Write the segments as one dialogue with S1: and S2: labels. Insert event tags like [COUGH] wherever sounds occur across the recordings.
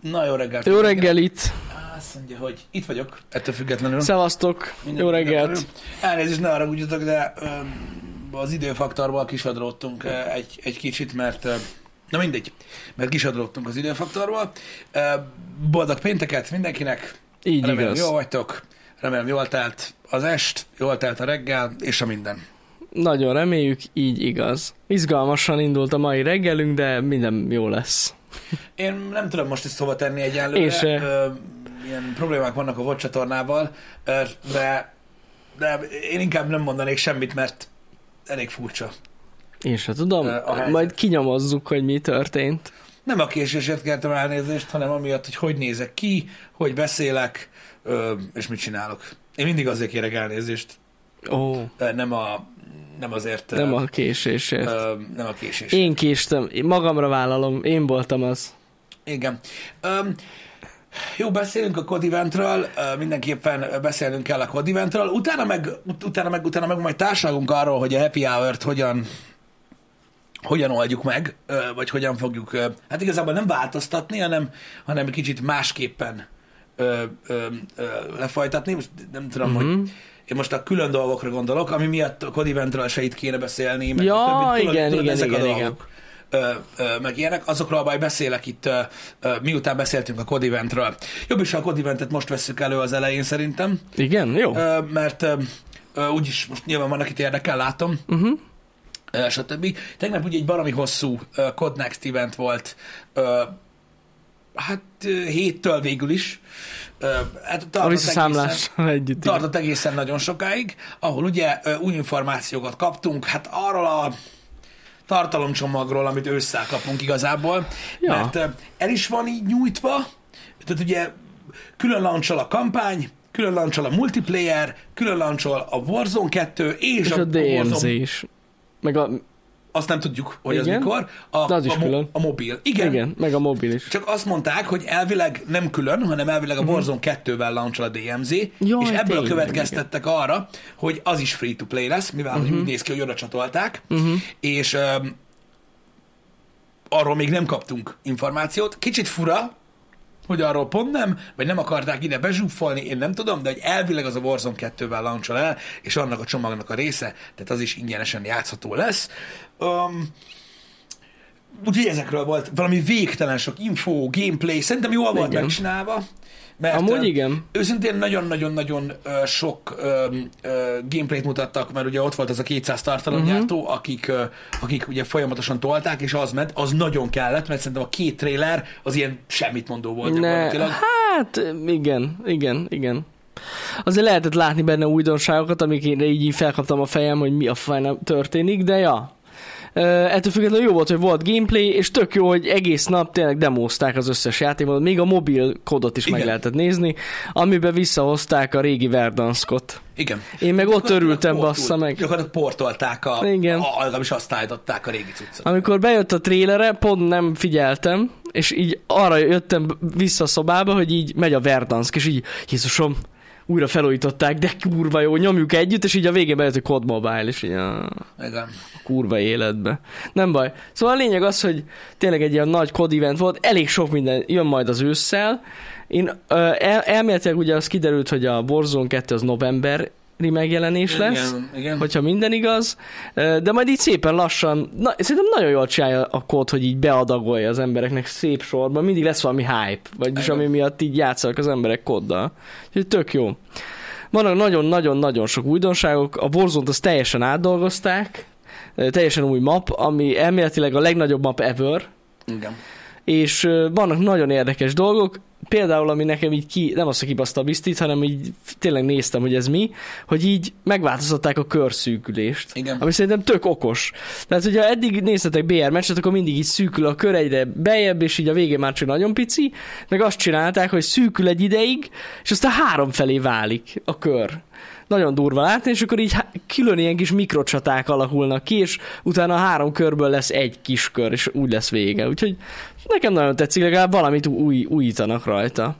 S1: Na, jó reggelt!
S2: Jó reggelit!
S1: Azt mondja, hogy itt vagyok, ettől függetlenül.
S2: Szevasztok!
S1: Minden
S2: Jó
S1: függetlenül.
S2: reggelt!
S1: Elnézést, ne haragudjatok, de öm, az időfaktorban kisadródtunk ö, egy, egy kicsit, mert ö, na mindegy, mert kisadródtunk az időfaktorból. Ö, Boldog pénteket mindenkinek!
S2: Így
S1: Remélem,
S2: igaz.
S1: jól vagytok, remélem jól telt az est, jól telt a reggel, és a minden.
S2: Nagyon reméljük, így igaz. Izgalmasan indult a mai reggelünk, de minden jó lesz.
S1: Én nem tudom most ezt hova tenni egyenlőre.
S2: Én se.
S1: Ö, ilyen problémák vannak a VOD csatornával, ö, de, de én inkább nem mondanék semmit, mert elég furcsa.
S2: Én se tudom,
S1: Ö, a helyzet.
S2: majd kinyomozzuk, hogy mi történt.
S1: Nem a késésért kértem elnézést, hanem amiatt, hogy hogy nézek ki, hogy beszélek, ö, és mit csinálok. Én mindig azért kérek elnézést,
S2: Ó,
S1: ö, nem, a, nem azért, ö,
S2: nem a késésért.
S1: ö, nem a késés.
S2: Én késtem, én magamra vállalom, én voltam az.
S1: Igen. Um, jó, beszélünk a Code Eventről, ö, mindenképpen ö, beszélnünk kell a Code Eventről, utána meg, ut- utána meg, utána meg majd társalgunk arról, hogy a Happy Hour-t hogyan, hogyan oldjuk meg, ö, vagy hogyan fogjuk, ö, hát igazából nem változtatni, hanem, hanem egy kicsit másképpen ö, ö, ö, lefolytatni, most nem tudom, mm-hmm.
S2: Mhm.
S1: hogy én most a külön dolgokra gondolok, ami miatt a Code Eventről se itt kéne beszélni, meg
S2: Ja,
S1: a többi,
S2: igen, igen,
S1: ezek a
S2: igen,
S1: dolgok
S2: igen.
S1: ö, ö, meg ilyenek, azokról majd beszélek itt, ö, ö, miután beszéltünk a Code Eventről. Jobb is, ha a Code Eventet most vesszük elő az elején szerintem,
S2: Igen, jó?
S1: ö, mert ö, ö, úgyis most nyilván van, akit érdekel, látom,
S2: Uh-huh.
S1: ö, stb. Tegnap ugye egy baromi hosszú ö, Code Next event volt, ö, hát ö, héttől végül is. Ö, hát tartott
S2: A
S1: egészen-
S2: visszaszámlással együtt. igen.
S1: tartott egészen nagyon sokáig, ahol ugye ö, új információkat kaptunk, hát arról a tartalomcsomagról, amit ősszel kapunk igazából, ja.
S2: Ja.
S1: mert ö, el is van így nyújtva, tehát ugye külön lancsol a kampány, külön lancsol a multiplayer, külön lancsol a Warzone 2, és,
S2: És a DMZ
S1: Warzone,
S2: is. Meg a,
S1: azt nem tudjuk, hogy Igen?
S2: Igen.
S1: az mikor, a,
S2: De az is
S1: a, mo-
S2: külön.
S1: a mobil. Igen, Igen,
S2: igen, meg a mobil is. Mhm.
S1: csak azt mondták, hogy elvileg nem külön, hanem elvileg a Warzone 2-vel launchol a DMZ,
S2: Jaj,
S1: és ebből
S2: tényleg,
S1: következtettek arra, hogy az is free-to-play lesz, mivel
S2: Mhm.
S1: hogy úgy néz ki, hogy oda csatolták, és um, arról még nem kaptunk információt. Kicsit fura, hogy arról pont nem, vagy nem akarták ide bezsúfolni, én nem tudom, de hogy elvileg az a Warzone 2-vel launchol el, és annak a csomagnak a része, tehát az is ingyenesen játszható lesz. Um, Úgyhogy ezekről volt valami végtelen sok info, gameplay, szerintem jól volt
S2: Igen.
S1: megcsinálva. Mert
S2: Amúgy
S1: ö,
S2: igen.
S1: Őszintén nagyon-nagyon-nagyon ö, sok ö, ö, gameplayt mutattak, mert ugye ott volt az a 200
S2: Mhm.
S1: tartalomgyártó, uh-huh. akik, ö, akik ugye folyamatosan tolták, és az ment, az nagyon kellett, mert szerintem a két trailer az ilyen semmit mondó volt
S2: Ne,
S1: gyakorlatilag.
S2: hát igen, igen, igen. Azért lehetett látni benne újdonságokat, amikre így így felkaptam a fejem, hogy mi a fajna történik, de ja. Ö, ettől függetlenül jó volt, hogy volt gameplay, és tök jó, hogy egész nap tényleg demózták az összes játékot, még a mobil kodot is
S1: Igen.
S2: Igen. meg lehetett nézni, amiben visszahozták a régi Verdanskot.
S1: Igen.
S2: Én meg ott
S1: Gyakorlatilag
S2: örültem,
S1: portul-
S2: bassza meg.
S1: Gyakorlatilag portolták a,
S2: Igen.
S1: a legalábbis azt állították a régi cuccot.
S2: Amikor bejött a trélere, pont nem figyeltem, és így arra jöttem vissza a szobába, hogy így megy a Verdansk, és így, Jézusom, újra felújították, de kurva jó, nyomjuk együtt, és így a végén bejött a COD Mobile, és így a
S1: Igen.
S2: kurva életbe. Nem baj. Szóval a lényeg az, hogy tényleg egy ilyen nagy COD event volt, elég sok minden jön majd az ősszel. Én ö, el, elméletileg ugye az kiderült, hogy a Warzone 2 az novemberi megjelenés lesz
S1: Igen, igen.
S2: hogyha minden igaz, de majd így szépen lassan, na, szerintem nagyon jól csinálja a kód, hogy így beadagolja az embereknek szép sorban, mindig lesz valami hype, vagyis
S1: Igen.
S2: ami miatt így játszanak az emberek koddal. Úgyhogy tök jó. Vannak nagyon-nagyon-nagyon sok újdonságok, a Warzone-t azt teljesen átdolgozták, teljesen új map, ami elméletileg a legnagyobb map ever,
S1: Igen.
S2: és ö, vannak nagyon érdekes dolgok, például ami nekem így ki, nem azt, hogy kibaszta a biztit, hanem így tényleg néztem, hogy ez mi, hogy így megváltoztatták a körszűkülést.
S1: Igen.
S2: Ami szerintem tök okos. Tehát, hogyha eddig néztetek BR meccset, akkor mindig így szűkül a kör egyre beljebb, és így a végén már csak nagyon pici, meg azt csinálták, hogy szűkül egy ideig, és aztán három felé válik a kör. Nagyon durva látni, és akkor így há- külön ilyen kis mikrocsaták alakulnak ki, és utána három körből lesz egy kis kör, és úgy lesz vége. Úgyhogy nekem nagyon tetszik, legalább valamit új, újítanak rajta.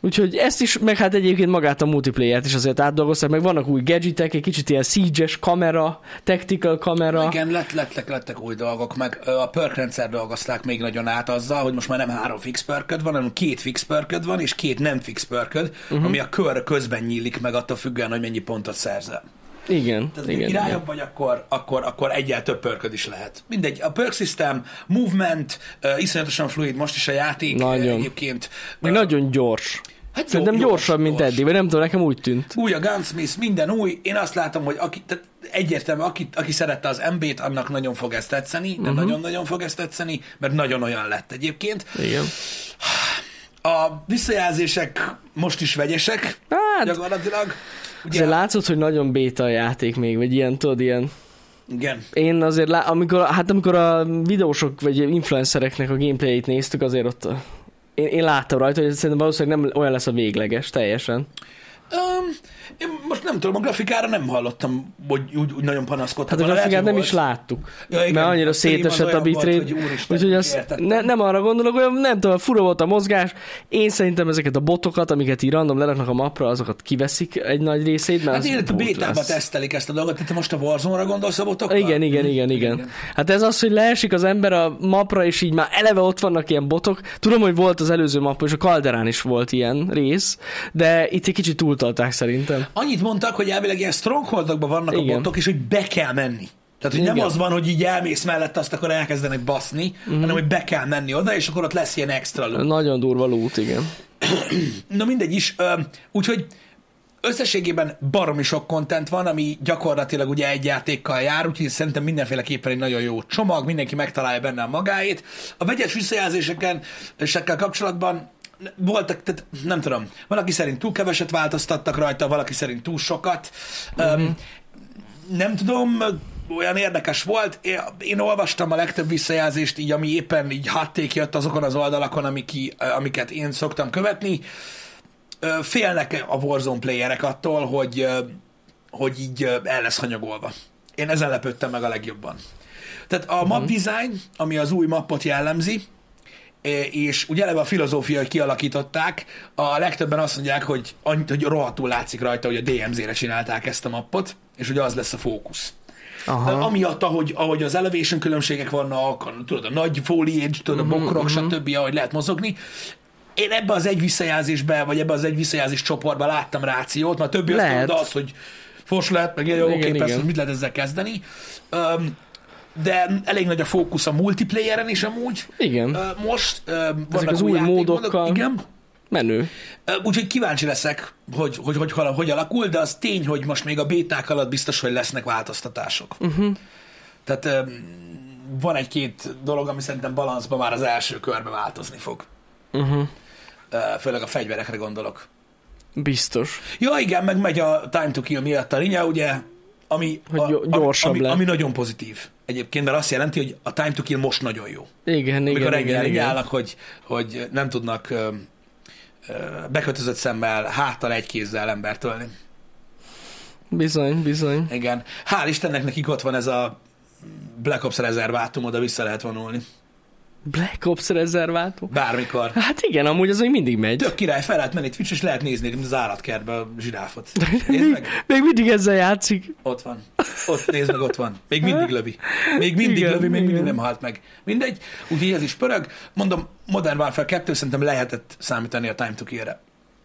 S2: Úgyhogy ezt is, meg hát egyébként magát a multiplayer-t is azért átdolgozták, meg vannak új gadgetek, egy kicsit ilyen siege kamera, tactical kamera.
S1: Igen, lett, lettek, lettek új dolgok, meg ö, a perk rendszer dolgozták még nagyon át azzal, hogy most már nem három fix perköd van, hanem két fix perköd van, és két nem fix perköd,
S2: Mhm.
S1: uh-huh. ami a kör közben nyílik meg attól függően, hogy mennyi pontot szerzel.
S2: Igen,
S1: Tehát,
S2: igen,
S1: igen,
S2: igen.
S1: királyabb vagy, akkor, akkor, akkor egyel több pörköd is lehet. Mindegy, a perk system, movement, uh, iszonyatosan fluid most is a játék.
S2: Nagyon.
S1: ö, Egyébként.
S2: Meg nagyon gyors.
S1: Hát
S2: Szerintem
S1: jó,
S2: gyorsabb, mint
S1: gyors.
S2: eddig, vagy nem tudom, nekem úgy tűnt.
S1: Új a Gunsmith, minden új. Én azt látom, hogy aki, tehát egyértelmű, aki, aki szerette az MB-t, annak nagyon fog ezt tetszeni, de
S2: Mhm.
S1: nagyon-nagyon fog ezt tetszeni, mert nagyon olyan lett egyébként.
S2: Igen.
S1: A visszajelzések most is vegyesek,
S2: Hát,
S1: gyakorlatilag. Ugye,
S2: Azért látszott, hogy nagyon béta a játék még, vagy ilyen, tudod, ilyen.
S1: igen.
S2: Én azért, lá- amikor, hát amikor a videósok, vagy influencereknek a gameplayét néztük, azért ott én, én láttam rajta, hogy szerintem valószínűleg nem olyan lesz a végleges teljesen.
S1: Um, én most nem tudom, a grafikára nem hallottam, hogy úgy, úgy nagyon panaszkodtak.
S2: Hát a
S1: vele. Lehet,
S2: grafikát
S1: hogy
S2: nem is
S1: volt.
S2: láttuk,
S1: Ja, igen.
S2: mert annyira
S1: A stream az
S2: szétesett a
S1: olyan volt,
S2: bitrate,
S1: hogy úristen,
S2: úgyhogy azt
S1: értettem.
S2: ne, nem arra gondolok, hogy nem tudom, fura volt a mozgás. Én szerintem ezeket a botokat, amiket így random leraknak a mapra, azokat kiveszik egy nagy részét, mert
S1: Hát
S2: az
S1: én a
S2: bót
S1: bétába
S2: lesz.
S1: tesztelik ezt a dolgot, tehát te most a Warzone-ra gondolsz a botokkal?
S2: Igen, igen, igen, igen. Hát ez az, hogy leesik az ember a mapra, és így már eleve ott vannak ilyen botok. Tudom, hogy volt az előző map, és a Kalderán is volt ilyen rész, de itt egy kicsit túltalták szerintem.
S1: Annyit mondtak, hogy elvileg ilyen strongholdokban vannak
S2: Igen.
S1: a botok, és hogy be kell menni. Tehát, hogy nem
S2: Igen. Mhm.
S1: az van, hogy így elmész mellett, azt akkor elkezdenek baszni, hanem hogy be kell menni oda, és akkor ott lesz ilyen extra loot.
S2: Nagyon durva lút, igen.
S1: Na mindegy is, ö, úgyhogy összességében baromi sok kontent van, ami gyakorlatilag ugye egy játékkal jár, úgyhogy szerintem mindenféleképpen egy nagyon jó csomag, mindenki megtalálja benne a magáét. A vegyes visszajelzéseken sekkel kapcsolatban voltak, tehát nem tudom, valaki szerint túl keveset változtattak rajta, valaki szerint túl sokat. Mm-hmm. Nem tudom, olyan érdekes volt. Én- Én olvastam a legtöbb visszajelzést, így, ami éppen így hatték jött azokon az oldalakon, amiki, amiket én szoktam követni. Ö, Félnek a Warzone playerek attól, hogy, ö, hogy így ö, el lesz hanyagolva. Én ezen lepődtem meg a legjobban. Tehát a map design, ami az új mappot jellemzi, é- és ugye eleve a filozófia, hogy kialakították, a legtöbben azt mondják, hogy, annyit, hogy rohadtul látszik rajta, hogy a DMZ-re csinálták ezt a mappot, és hogy az lesz a fókusz.
S2: Aha.
S1: De Amiatt, ahogy, ahogy az elevation különbségek vannak, a, tudod, a nagy foliage, tudod,
S2: Mhm,
S1: a bokrok, uh-huh. stb., ahogy lehet mozogni, én ebbe az egy visszajelzésbe, vagy ebbe az egy visszajelzés csoportba láttam rációt, mert a többi azt
S2: Lehet.
S1: mondta azt, hogy fos lehet, meg ilyen, jó,
S2: Igen,
S1: oké,
S2: igen.
S1: persze, mit lehet ezzel kezdeni. Um, de elég nagy a fókusz a multiplayeren is amúgy.
S2: Igen,
S1: Ö, Most ö, vannak
S2: Mhm. az új
S1: játékmódok,
S2: módokkal.
S1: Igen.
S2: menő.
S1: Ö, Úgyhogy kíváncsi leszek, hogy hogy, hogy, hogy, hogy alakul, de az tény, hogy most még a béták alatt biztos, hogy lesznek változtatások.
S2: Mhm.
S1: Uh-huh. Tehát ö, van egy-két dolog, ami szerintem balanszban már az első körbe változni fog.
S2: Uh-huh.
S1: Ö, Főleg a fegyverekre gondolok.
S2: Biztos.
S1: Ja, igen, meg megy a Time to Kill miatt a rinya, ugye, ami,
S2: Hogy
S1: a,
S2: gyo- gyorsabb
S1: ami, ami,
S2: lett.
S1: ami nagyon pozitív egyébként, mert azt jelenti, hogy a Time to Kill most nagyon jó.
S2: Igen, igen,
S1: Amikor
S2: igen,
S1: reggel így
S2: igen.
S1: állnak, hogy, hogy nem tudnak ö, ö, bekötözött szemmel, háttal egy kézzel embert ölni.
S2: Bizony, bizony.
S1: Igen. Hál' Istennek nekik ott van ez a Black Ops rezervátum, oda vissza lehet vonulni.
S2: Black Ops rezervátum.
S1: Bármikor.
S2: Hát igen, amúgy az még mindig megy.
S1: Tök király, fel lehet menni Twitch, és lehet nézni mint az állatkertbe a zsiráfot. Nézd meg,
S2: Még mindig ezzel játszik.
S1: ott van. Ott, nézd meg, ott van. Még mindig lövi. Még mindig
S2: Igen,
S1: igen, lövi, még mindig
S2: igen.
S1: nem halt meg. Mindegy. Úgyhogy ez is pörög. Mondom, Modern Warfare 2 szerintem lehetett számítani a Time to Kill-re.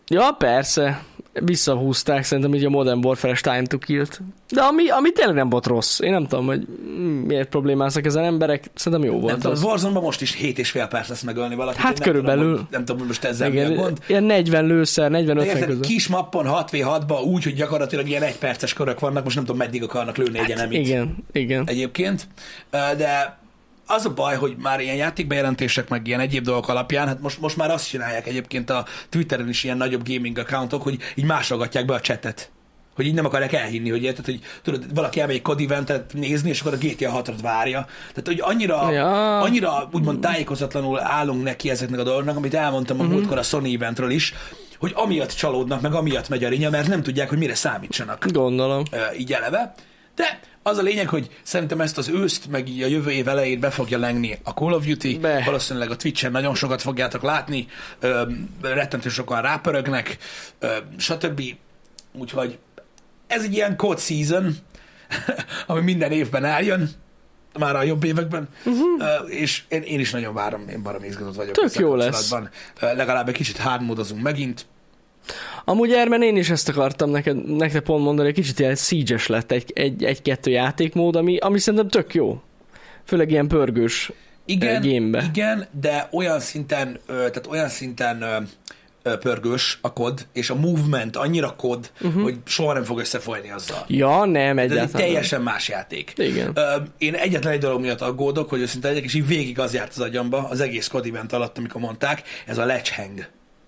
S2: Ja, persze. Visszahúzták szerintem így a Modern Warfare-es Time to Kill-t. De ami, ami tényleg nem volt rossz. Én nem tudom, hogy mm, miért problémáznak ezen emberek. Szerintem jó
S1: Nem
S2: volt
S1: tudom, az
S2: az.
S1: warzone most is 7 és fél perc lesz megölni valakit.
S2: Hát
S1: Én nem
S2: körülbelül.
S1: Tudom, hogy, nem tudom, hogy most ezzel Igen, mi a
S2: Igen,
S1: gond.
S2: ilyen 40 lőszer, 40-50
S1: De érted,
S2: között.
S1: kis mappon 6v6-ba úgy, hogy gyakorlatilag ilyen egy perces körök vannak, most nem tudom, meddig akarnak lőni hát, egyenemit
S2: Igen, igen.
S1: egyébként, Ö, de az a baj, hogy már ilyen játékbejelentések, meg ilyen egyéb dolgok alapján, hát most, most már azt csinálják egyébként a Twitteren is ilyen nagyobb gaming accountok, hogy így másolgatják be a chatet. Hogy így nem akarják elhinni, hogy érted, hogy tudod, valaki elmegy egy COD eventet nézni, és akkor a GTA 6-ot várja. Tehát, hogy annyira,
S2: Ja.
S1: annyira úgymond tájékozatlanul állunk neki ezeknek a dolgoknak, amit elmondtam
S2: Mhm.
S1: a múltkor a Sony eventről is, hogy amiatt csalódnak, meg amiatt megy a rinya, mert nem tudják, hogy mire számítsanak
S2: Gondolom.
S1: ö, így eleve, De az a lényeg, hogy szerintem ezt az őszt, meg így a jövő év elején be fogja lengni a Call of Duty.
S2: Be.
S1: Valószínűleg a Twitch-en nagyon sokat fogjátok látni, ö, rettentő sokan rápörögnek, ö, stb. Úgyhogy ez egy ilyen code season, [LAUGHS] ami minden évben eljön, már a jobb években, uh-huh. és én, én is nagyon várom, én barom izgatott vagyok.
S2: Mhm. Tök
S1: ezzel
S2: jó lesz.
S1: kapcsolatban. Ö, Legalább egy kicsit hármódozunk megint.
S2: Amúgy Ermen, én is ezt akartam neked, neked pont mondani, hogy kicsit ilyen siege lett egy, egy, egy-kettő játékmód, ami, ami szerintem tök jó. Főleg ilyen pörgős.
S1: Igen,
S2: Ö, gamebe.
S1: igen, de olyan szinten, ö, tehát olyan szinten ö, ö, pörgős a kod, és a movement annyira kod, uh-huh. hogy soha nem fog összefolyni azzal.
S2: Ja, nem,
S1: De ez egy
S2: Mhm. egyáltalán. nem.
S1: teljesen más játék.
S2: Igen.
S1: Ö, én egyetlen egy dolog miatt aggódok, hogy őszinte legyek, és így végig az járt az agyamba, az egész kod event alatt, amikor mondták, ez a lecheng.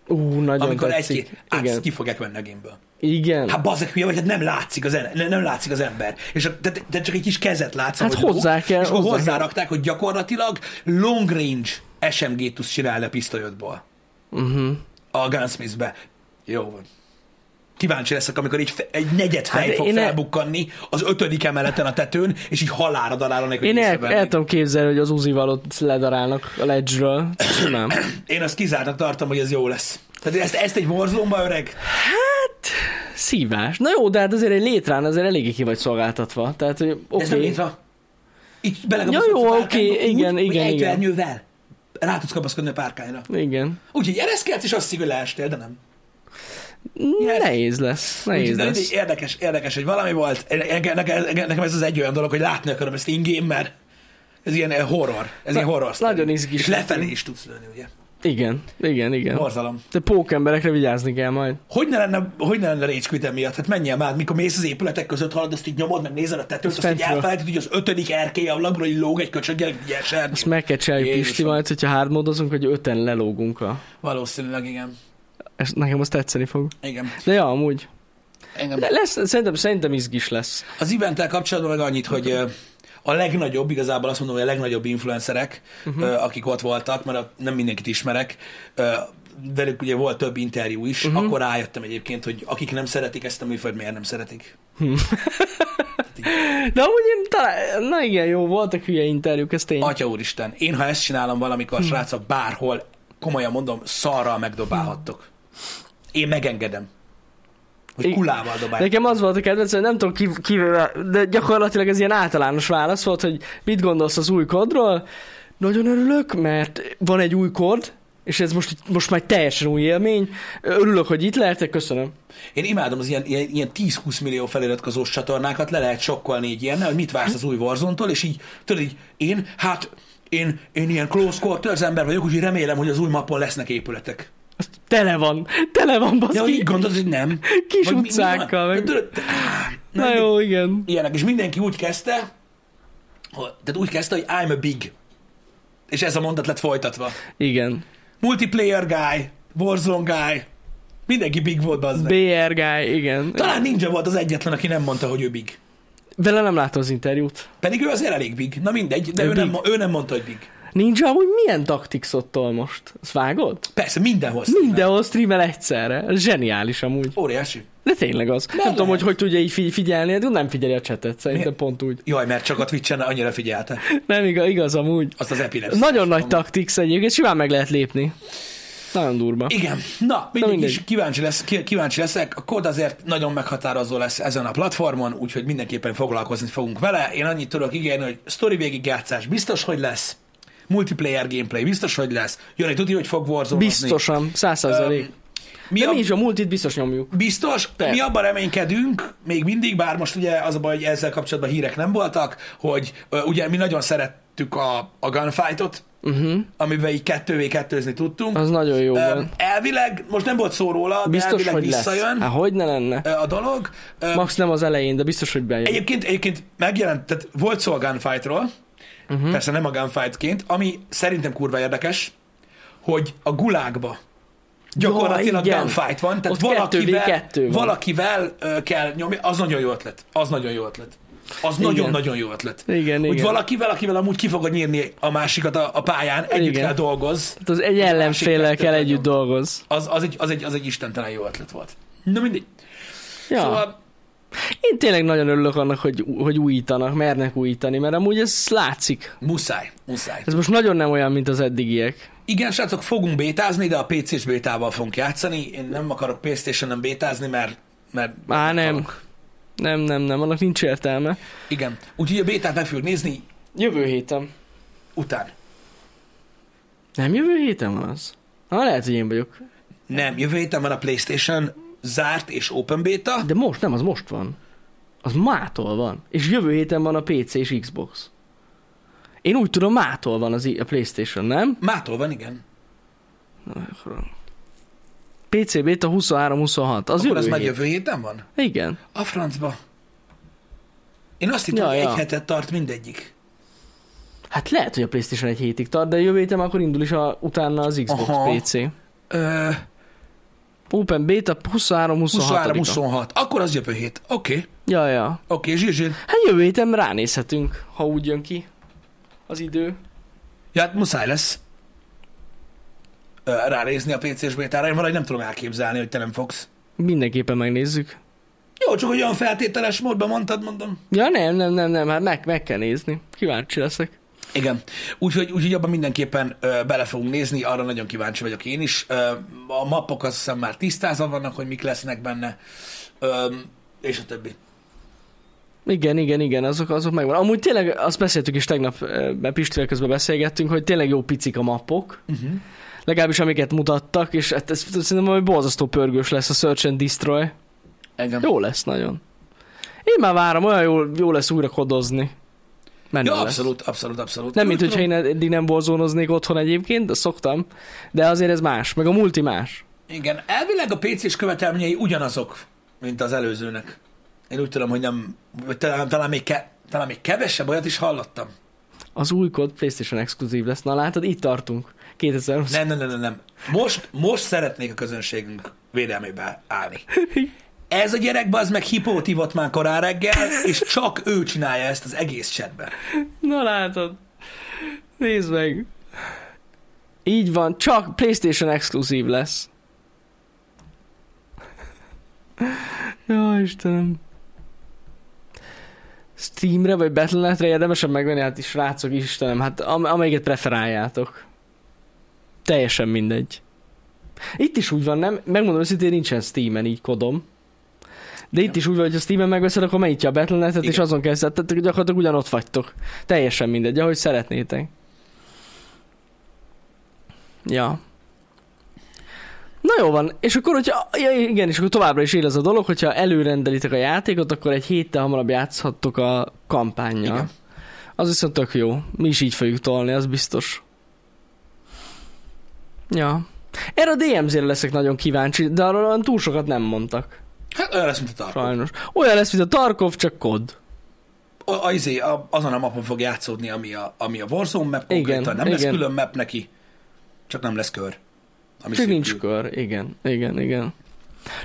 S2: Ú, nagyon
S1: Amikor
S2: tetszik.
S1: egy-két át
S2: Igen. Hát,
S1: ki fogják venni a gameből.
S2: Igen.
S1: Hát bazeg hülye vagy, hát nem látszik az, en- nem látszik az ember. És a, de, de, csak egy kis kezet látsz.
S2: Hát
S1: ahogy lóg,
S2: hozzá kell,
S1: És akkor
S2: hozzá
S1: hozzárakták, hogy gyakorlatilag long range SMG-t tudsz csinálni a pisztolyodból.
S2: Mhm.
S1: Uh-huh. A Gunsmith-be. Jó van. Kíváncsi leszek, amikor egy, fe- egy negyed fej
S2: Hát
S1: hát fog
S2: én el-
S1: felbukkanni az ötödik emeleten a tetőn, és így halálra darálon neki.
S2: Én el, el tudom képzelni, hogy az Uzival ott ledarálnak a ledge-ről. Nem.
S1: Én azt kizártnak tartom, hogy ez jó lesz. Tehát ezt, ezt egy warzone öreg?
S2: Hát, Szívás. Na jó, de hát azért egy létrán azért eléggé ki vagy szolgáltatva. Tehát, hogy
S1: Okay. Ez nem
S2: oké. Okay.
S1: nyitva. Így belegabaszkodsz
S2: Ja, jó,
S1: a párkányba
S2: oké, igen,
S1: hogy
S2: igen,
S1: egy
S2: igen.
S1: vernyővel rá tudsz kapaszkodni a párkányra.
S2: Igen.
S1: Úgyhogy ereszkedsz, és azt hiszik, hogy leestél, de nem. Yes.
S2: Nehéz lesz.
S1: Úgyhogy
S2: Nehéz
S1: de mindig
S2: lesz.
S1: érdekes, érdekes, hogy valami volt. E, Nekem, nekem, nekem ez az egy olyan dolog, hogy látni akarom ezt ingém, mert ez ilyen eh, horror. Ez ilyen horror. sztori.
S2: nagyon izgi
S1: És
S2: is.
S1: lefelé is tudsz lőni, ugye?
S2: Igen, igen, igen.
S1: Borzalom.
S2: De pókemberekre vigyázni kell majd.
S1: Hogy ne lenne, hogy ne lenne rage quit emiatt? Hát menjél már, mikor mész az épületek között, halad, azt így nyomod, meg nézed a tetőt, azt így
S2: fentről.
S1: elfelejted, hogy az ötödik erkély ablakról így lóg egy köcsög, gyerek,
S2: Ezt megkecseljük
S1: Jézusom.
S2: Pisti majd, hogyha hardmódozunk, hogy öten lelógunk a...
S1: Valószínűleg igen.
S2: Ez, nekem azt tetszeni fog.
S1: Igen.
S2: De ja, amúgy.
S1: Engem.
S2: De lesz, szerintem, szerintem izgis lesz.
S1: Az eventtel kapcsolatban meg annyit, hogy ö, a legnagyobb, igazából azt mondom, hogy a legnagyobb influencerek, uh-huh. akik ott voltak, mert a- nem mindenkit ismerek, ö, velük ugye volt több interjú is, uh-huh. akkor rájöttem egyébként, hogy akik nem szeretik ezt a műfajt, miért nem szeretik.
S2: De amúgy én talán... Na igen, jó, voltak hülye interjúk, ez tény.
S1: Atya úristen, én ha ezt csinálom valamikor, uh-huh. srácok, bárhol, komolyan mondom, szarral megdobálhattok. Én megengedem. Hogy
S2: Igen.
S1: kulával dobálják.
S2: Nekem az volt a kedvenc, hogy nem tudom ki, kivel, de gyakorlatilag ez ilyen általános válasz volt, hogy mit gondolsz az új kodról? Nagyon örülök, mert van egy új kod, és ez most, most már egy teljesen új élmény. Örülök, hogy itt lehetek, köszönöm.
S1: Én imádom az ilyen, ilyen, ilyen 10-20 millió feliratkozós csatornákat, le lehet sokkolni így ilyennel, hogy mit vársz az új Warzontól, és így, tudod így, én, hát, én, én ilyen close quarters ember vagyok, úgyhogy remélem, hogy az új mappon lesznek épületek.
S2: Az tele van, tele van,
S1: De hogy
S2: baszki.
S1: így gondolod, hogy nem.
S2: Kis
S1: Vagy mi- mi
S2: utcákkal,
S1: van?
S2: meg-
S1: Tudod, áh,
S2: Na jó, igen.
S1: Ilyenek, és mindenki úgy kezdte, hogy- tehát úgy kezdte, hogy I'm a big. És ez a mondat lett folytatva.
S2: Igen.
S1: Multiplayer guy, Warzone guy, mindenki big volt az.
S2: BR guy, igen.
S1: Talán Ninja volt az egyetlen, aki nem mondta, hogy ő big.
S2: Vele nem láttam az interjút.
S1: Pedig ő azért elég big. Na mindegy, de
S2: Ő
S1: ő,
S2: big.
S1: nem, ő nem mondta, hogy big.
S2: Ninja amúgy milyen taktikszottól most? Ezt vágod?
S1: Persze, mindenhol streamel.
S2: Mindenhol streamel egyszerre. Ez zseniális amúgy.
S1: Óriási.
S2: De tényleg az. Nem, nem
S1: lehet.
S2: tudom, hogy hogy tudja így figy- figyelni, de nem figyeli a csetet, szerintem
S1: Mi?
S2: pont úgy.
S1: Jaj, mert csak a Twitch-en annyira figyelte.
S2: Nem igaz, igaz amúgy.
S1: Azt az epilepsziát.
S2: Nagyon nagy taktiks egyébként, simán meg lehet lépni. Nagyon durva.
S1: Igen. Na, mindig
S2: mindegy.
S1: is kíváncsi, lesz, ki- kíváncsi leszek. A kód azért nagyon meghatározó lesz ezen a platformon, úgyhogy mindenképpen foglalkozni fogunk vele. Én annyit tudok ígérni, hogy story végigjátszás biztos, hogy lesz. Multiplayer gameplay biztos, hogy lesz. Jani tudja, hogy fog warzone
S2: Biztosan, száz százalék.
S1: Mi
S2: De
S1: a...
S2: mi is a multit biztos nyomjuk.
S1: Biztos,
S2: Persze.
S1: mi abban reménykedünk, még mindig, bár most ugye az a baj, hogy ezzel kapcsolatban hírek nem voltak, hogy ö, ugye mi nagyon szerettük a, a gunfightot, uh-huh. amiben így kettővé kettőzni tudtunk.
S2: Mhm. Az nagyon jó
S1: Ö,
S2: volt.
S1: elvileg, most nem volt szó róla, de
S2: Biztos,
S1: elvileg
S2: hogy lesz.
S1: visszajön
S2: Hát hogy ne lenne?
S1: ö, a dolog. Ö,
S2: Max nem az elején, de biztos, hogy bejön.
S1: Egyébként, egyébként megjelent, tehát volt szó a gunfightról,
S2: Mhm.
S1: uh-huh. persze nem a gunfightként, ami szerintem kurva érdekes, hogy a gulágba gyakorlatilag
S2: igen.
S1: gunfight van, tehát
S2: Ott
S1: valakivel,
S2: 2v2 van.
S1: valakivel ö, kell nyomni, az nagyon jó ötlet, az nagyon jó ötlet. Az nagyon-nagyon jó ötlet.
S2: Igen,
S1: hogy
S2: igen.
S1: valakivel, akivel amúgy ki fogod nyírni a másikat a, a pályán, együtt
S2: Igen.
S1: kell dolgoz,
S2: Hát az egy ellenféllel
S1: másik
S2: kell
S1: kettőt
S2: együtt dolgoz.
S1: az, az, egy, az, egy, az egy istentelen jó ötlet volt. Na mindegy.
S2: Ja,
S1: Szóval
S2: Én tényleg nagyon örülök annak, hogy, hogy újítanak, mernek újítani, mert amúgy ez látszik.
S1: Muszáj, muszáj.
S2: Ez most nagyon nem olyan, mint az eddigiek.
S1: Igen, srácok, fogunk bétázni, de a PC-s bétával fogunk játszani. Én nem akarok Playstation-en bétázni, mert... mert
S2: Á, nem. Nem, nem, nem, annak nincs értelme.
S1: Igen. Úgyhogy a bétát meg fogjuk nézni
S2: Jövő héten.
S1: után.
S2: Nem jövő héten van az? Ha lehet, hogy én vagyok.
S1: Nem, jövő héten van a Playstation zárt és open beta.
S2: De most, nem, az most van. Az mától van. És jövő héten van a PC és Xbox. Én úgy tudom, mától van az, i- a Playstation, nem?
S1: Mától van, igen.
S2: Na, akkor- PC Beta 23-26. Az
S1: Akkor
S2: jövő
S1: az már
S2: hét.
S1: jövő héten van?
S2: Igen.
S1: A francba. Én azt hittem,
S2: Ja,
S1: hogy
S2: ja.
S1: egy hetet tart mindegyik.
S2: Hát lehet, hogy a Playstation egy hétig tart, de jövő héten már akkor indul is a, utána az Xbox
S1: Aha.
S2: PC.
S1: Ö,
S2: Open Beta 23-26.
S1: 23-26. Akkor az jövő hét. Oké, okay.
S2: Ja, ja.
S1: oké, okay, zsír, zsír.
S2: Hát jövő héten ránézhetünk, ha úgy jön ki az idő.
S1: Ja, hát muszáj lesz ö, ránézni a PC-s bétára. Én valahogy nem tudom elképzelni, hogy te nem fogsz.
S2: Mindenképpen megnézzük.
S1: Jó, csak hogy olyan feltételes módban mondtad, mondom.
S2: Ja, nem, nem, nem, nem, hát meg, meg kell nézni. Kíváncsi leszek.
S1: Igen. Úgyhogy, úgyhogy abban mindenképpen ö, bele fogunk nézni, arra nagyon kíváncsi vagyok én is. Ö, a mappok azt hiszem már tisztázva vannak, hogy mik lesznek benne, ö, és a többi.
S2: Igen, igen, igen, azok, azok megvan. Amúgy tényleg, azt beszéltük is tegnap, eh, mert Pistivel közben beszélgettünk, hogy tényleg jó picik a mappok.
S1: Uh-huh.
S2: Legalábbis amiket mutattak, és hát ez, ez szerintem majd borzasztó pörgős lesz a Search and Destroy.
S1: Engem.
S2: Jó lesz nagyon. Én már várom, olyan jó, jó lesz újra kodozni. Menő
S1: Ja,
S2: lesz.
S1: abszolút, abszolút, abszolút.
S2: Nem, mint
S1: Úgy
S2: hogyha
S1: tudom-
S2: én eddig nem borzónoznék otthon egyébként, de szoktam. De azért ez más, meg a multi más.
S1: Igen, elvileg a PC-s követelményei ugyanazok, mint az előzőnek. Én úgy tudom, hogy nem, vagy talán, talán, még, ke, talán még kevesebb olyat is hallottam.
S2: Az új kod PlayStation exkluzív lesz. Na látod, itt tartunk. 2020.
S1: Nem, nem, nem, nem, nem. Most, most szeretnék a közönségünk védelmébe állni. Ez a gyerek az meg hipót ivott már korán reggel, és csak ő csinálja ezt az egész chatben.
S2: Na látod. Nézd meg. Így van, csak PlayStation exkluzív lesz. Jó, Istenem. Steamre vagy Battle.net-re érdemesen megvenni, hát is srácok, Istenem, hát am- amelyiket preferáljátok. Teljesen mindegy. Itt is úgy van, nem? Megmondom őszintén, nincsen Steamen így kodom. De itt is úgy van, hogy ha Steamen megveszed, akkor megnyitja a Battle.net-et, és
S1: Igen.
S2: azon kezdett, tehát gyakorlatilag ugyanott vagytok. Teljesen mindegy, ahogy szeretnétek. Ja. Na jó van, és akkor, hogyha, ja, igen, és akkor továbbra is él ez a dolog, hogyha előrendelitek a játékot, akkor egy héttel hamarabb játszhattok a kampányjal.
S1: Igen.
S2: Az viszont tök jó. Mi is így fogjuk tolni, az biztos. Ja. Erre a DMZ-re leszek nagyon kíváncsi, de arról olyan túl sokat nem mondtak.
S1: Hát olyan lesz, mint a tarkó.
S2: Sajnos. Olyan lesz, mint a Tarkov, csak kod.
S1: A, a, izé, a, azon a mapon fog játszódni, ami a, ami a Warzone map
S2: Igen,
S1: konkrétan. nem lesz
S2: igen.
S1: külön map neki, csak nem lesz kör. Ami
S2: Csak
S1: szép
S2: nincs
S1: jó.
S2: kör, igen, igen, igen.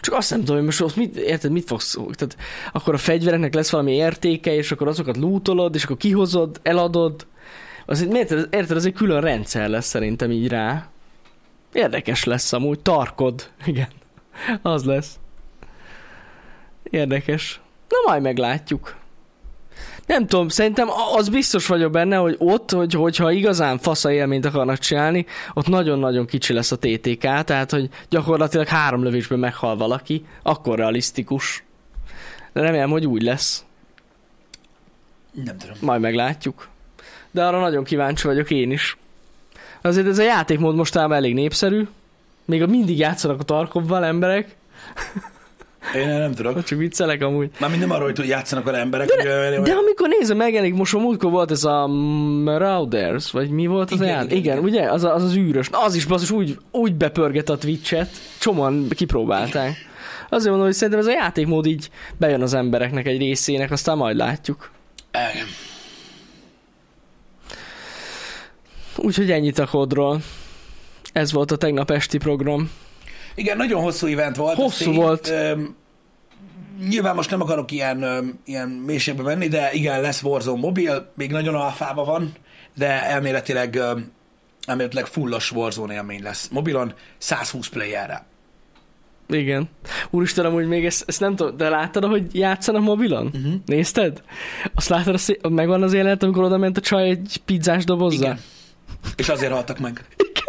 S2: Csak azt nem tudom, hogy most ott mit, érted, mit fogsz Tehát akkor a fegyvereknek lesz valami értéke, és akkor azokat lootolod, és akkor kihozod, eladod. Az, miért, érted, az egy külön rendszer lesz szerintem így rá. Érdekes lesz amúgy, tarkod, igen. Az lesz. Érdekes. Na majd meglátjuk. Nem tudom, szerintem a- az biztos vagyok benne, hogy ott, hogy, hogyha igazán fasza élményt akarnak csinálni, ott nagyon-nagyon kicsi lesz a TTK, tehát hogy gyakorlatilag három lövésben meghal valaki, akkor realisztikus. De remélem, hogy úgy lesz.
S1: Nem tudom.
S2: Majd meglátjuk. De arra nagyon kíváncsi vagyok én is. Azért ez a játékmód mostában elég népszerű. Még a mindig játszanak a tarkovval emberek.
S1: Én nem tudok.
S2: Csak viccelek amúgy.
S1: Mármint nem arról, hogy játszanak vele emberek. De, hogy,
S2: De amikor nézem, megjelenik most a múltkor volt ez a Marauders, vagy mi volt az
S1: Igen,
S2: igen,
S1: igen,
S2: igen, igen,
S1: igen.
S2: ugye? Az, a, az az űrös. Na, az is basszus úgy, úgy bepörget a Twitch-et. Csomóan kipróbálták. Azért mondom, hogy szerintem ez a játékmód így bejön az embereknek egy részének, aztán majd látjuk.
S1: Igen.
S2: Úgyhogy ennyit a kodról. Ez volt a tegnap esti program.
S1: Igen, nagyon hosszú event volt.
S2: Hosszú
S1: Azt
S2: volt.
S1: öm, nyilván most nem akarok ilyen, öm, ilyen mélységbe menni, de igen, lesz Warzone mobil, még nagyon alfában van, de elméletileg, öm, elméletileg fullos Warzone élmény lesz mobilon, 120 playerre.
S2: Igen. Úristen, amúgy még ezt, ezt nem tudom, de láttad, hogy játszanak mobilon? Uh-huh. Nézted? Azt láttad, az, megvan az jelenet, amikor oda ment a csaj egy pizzás dobozzal?
S1: Igen. És azért haltak meg.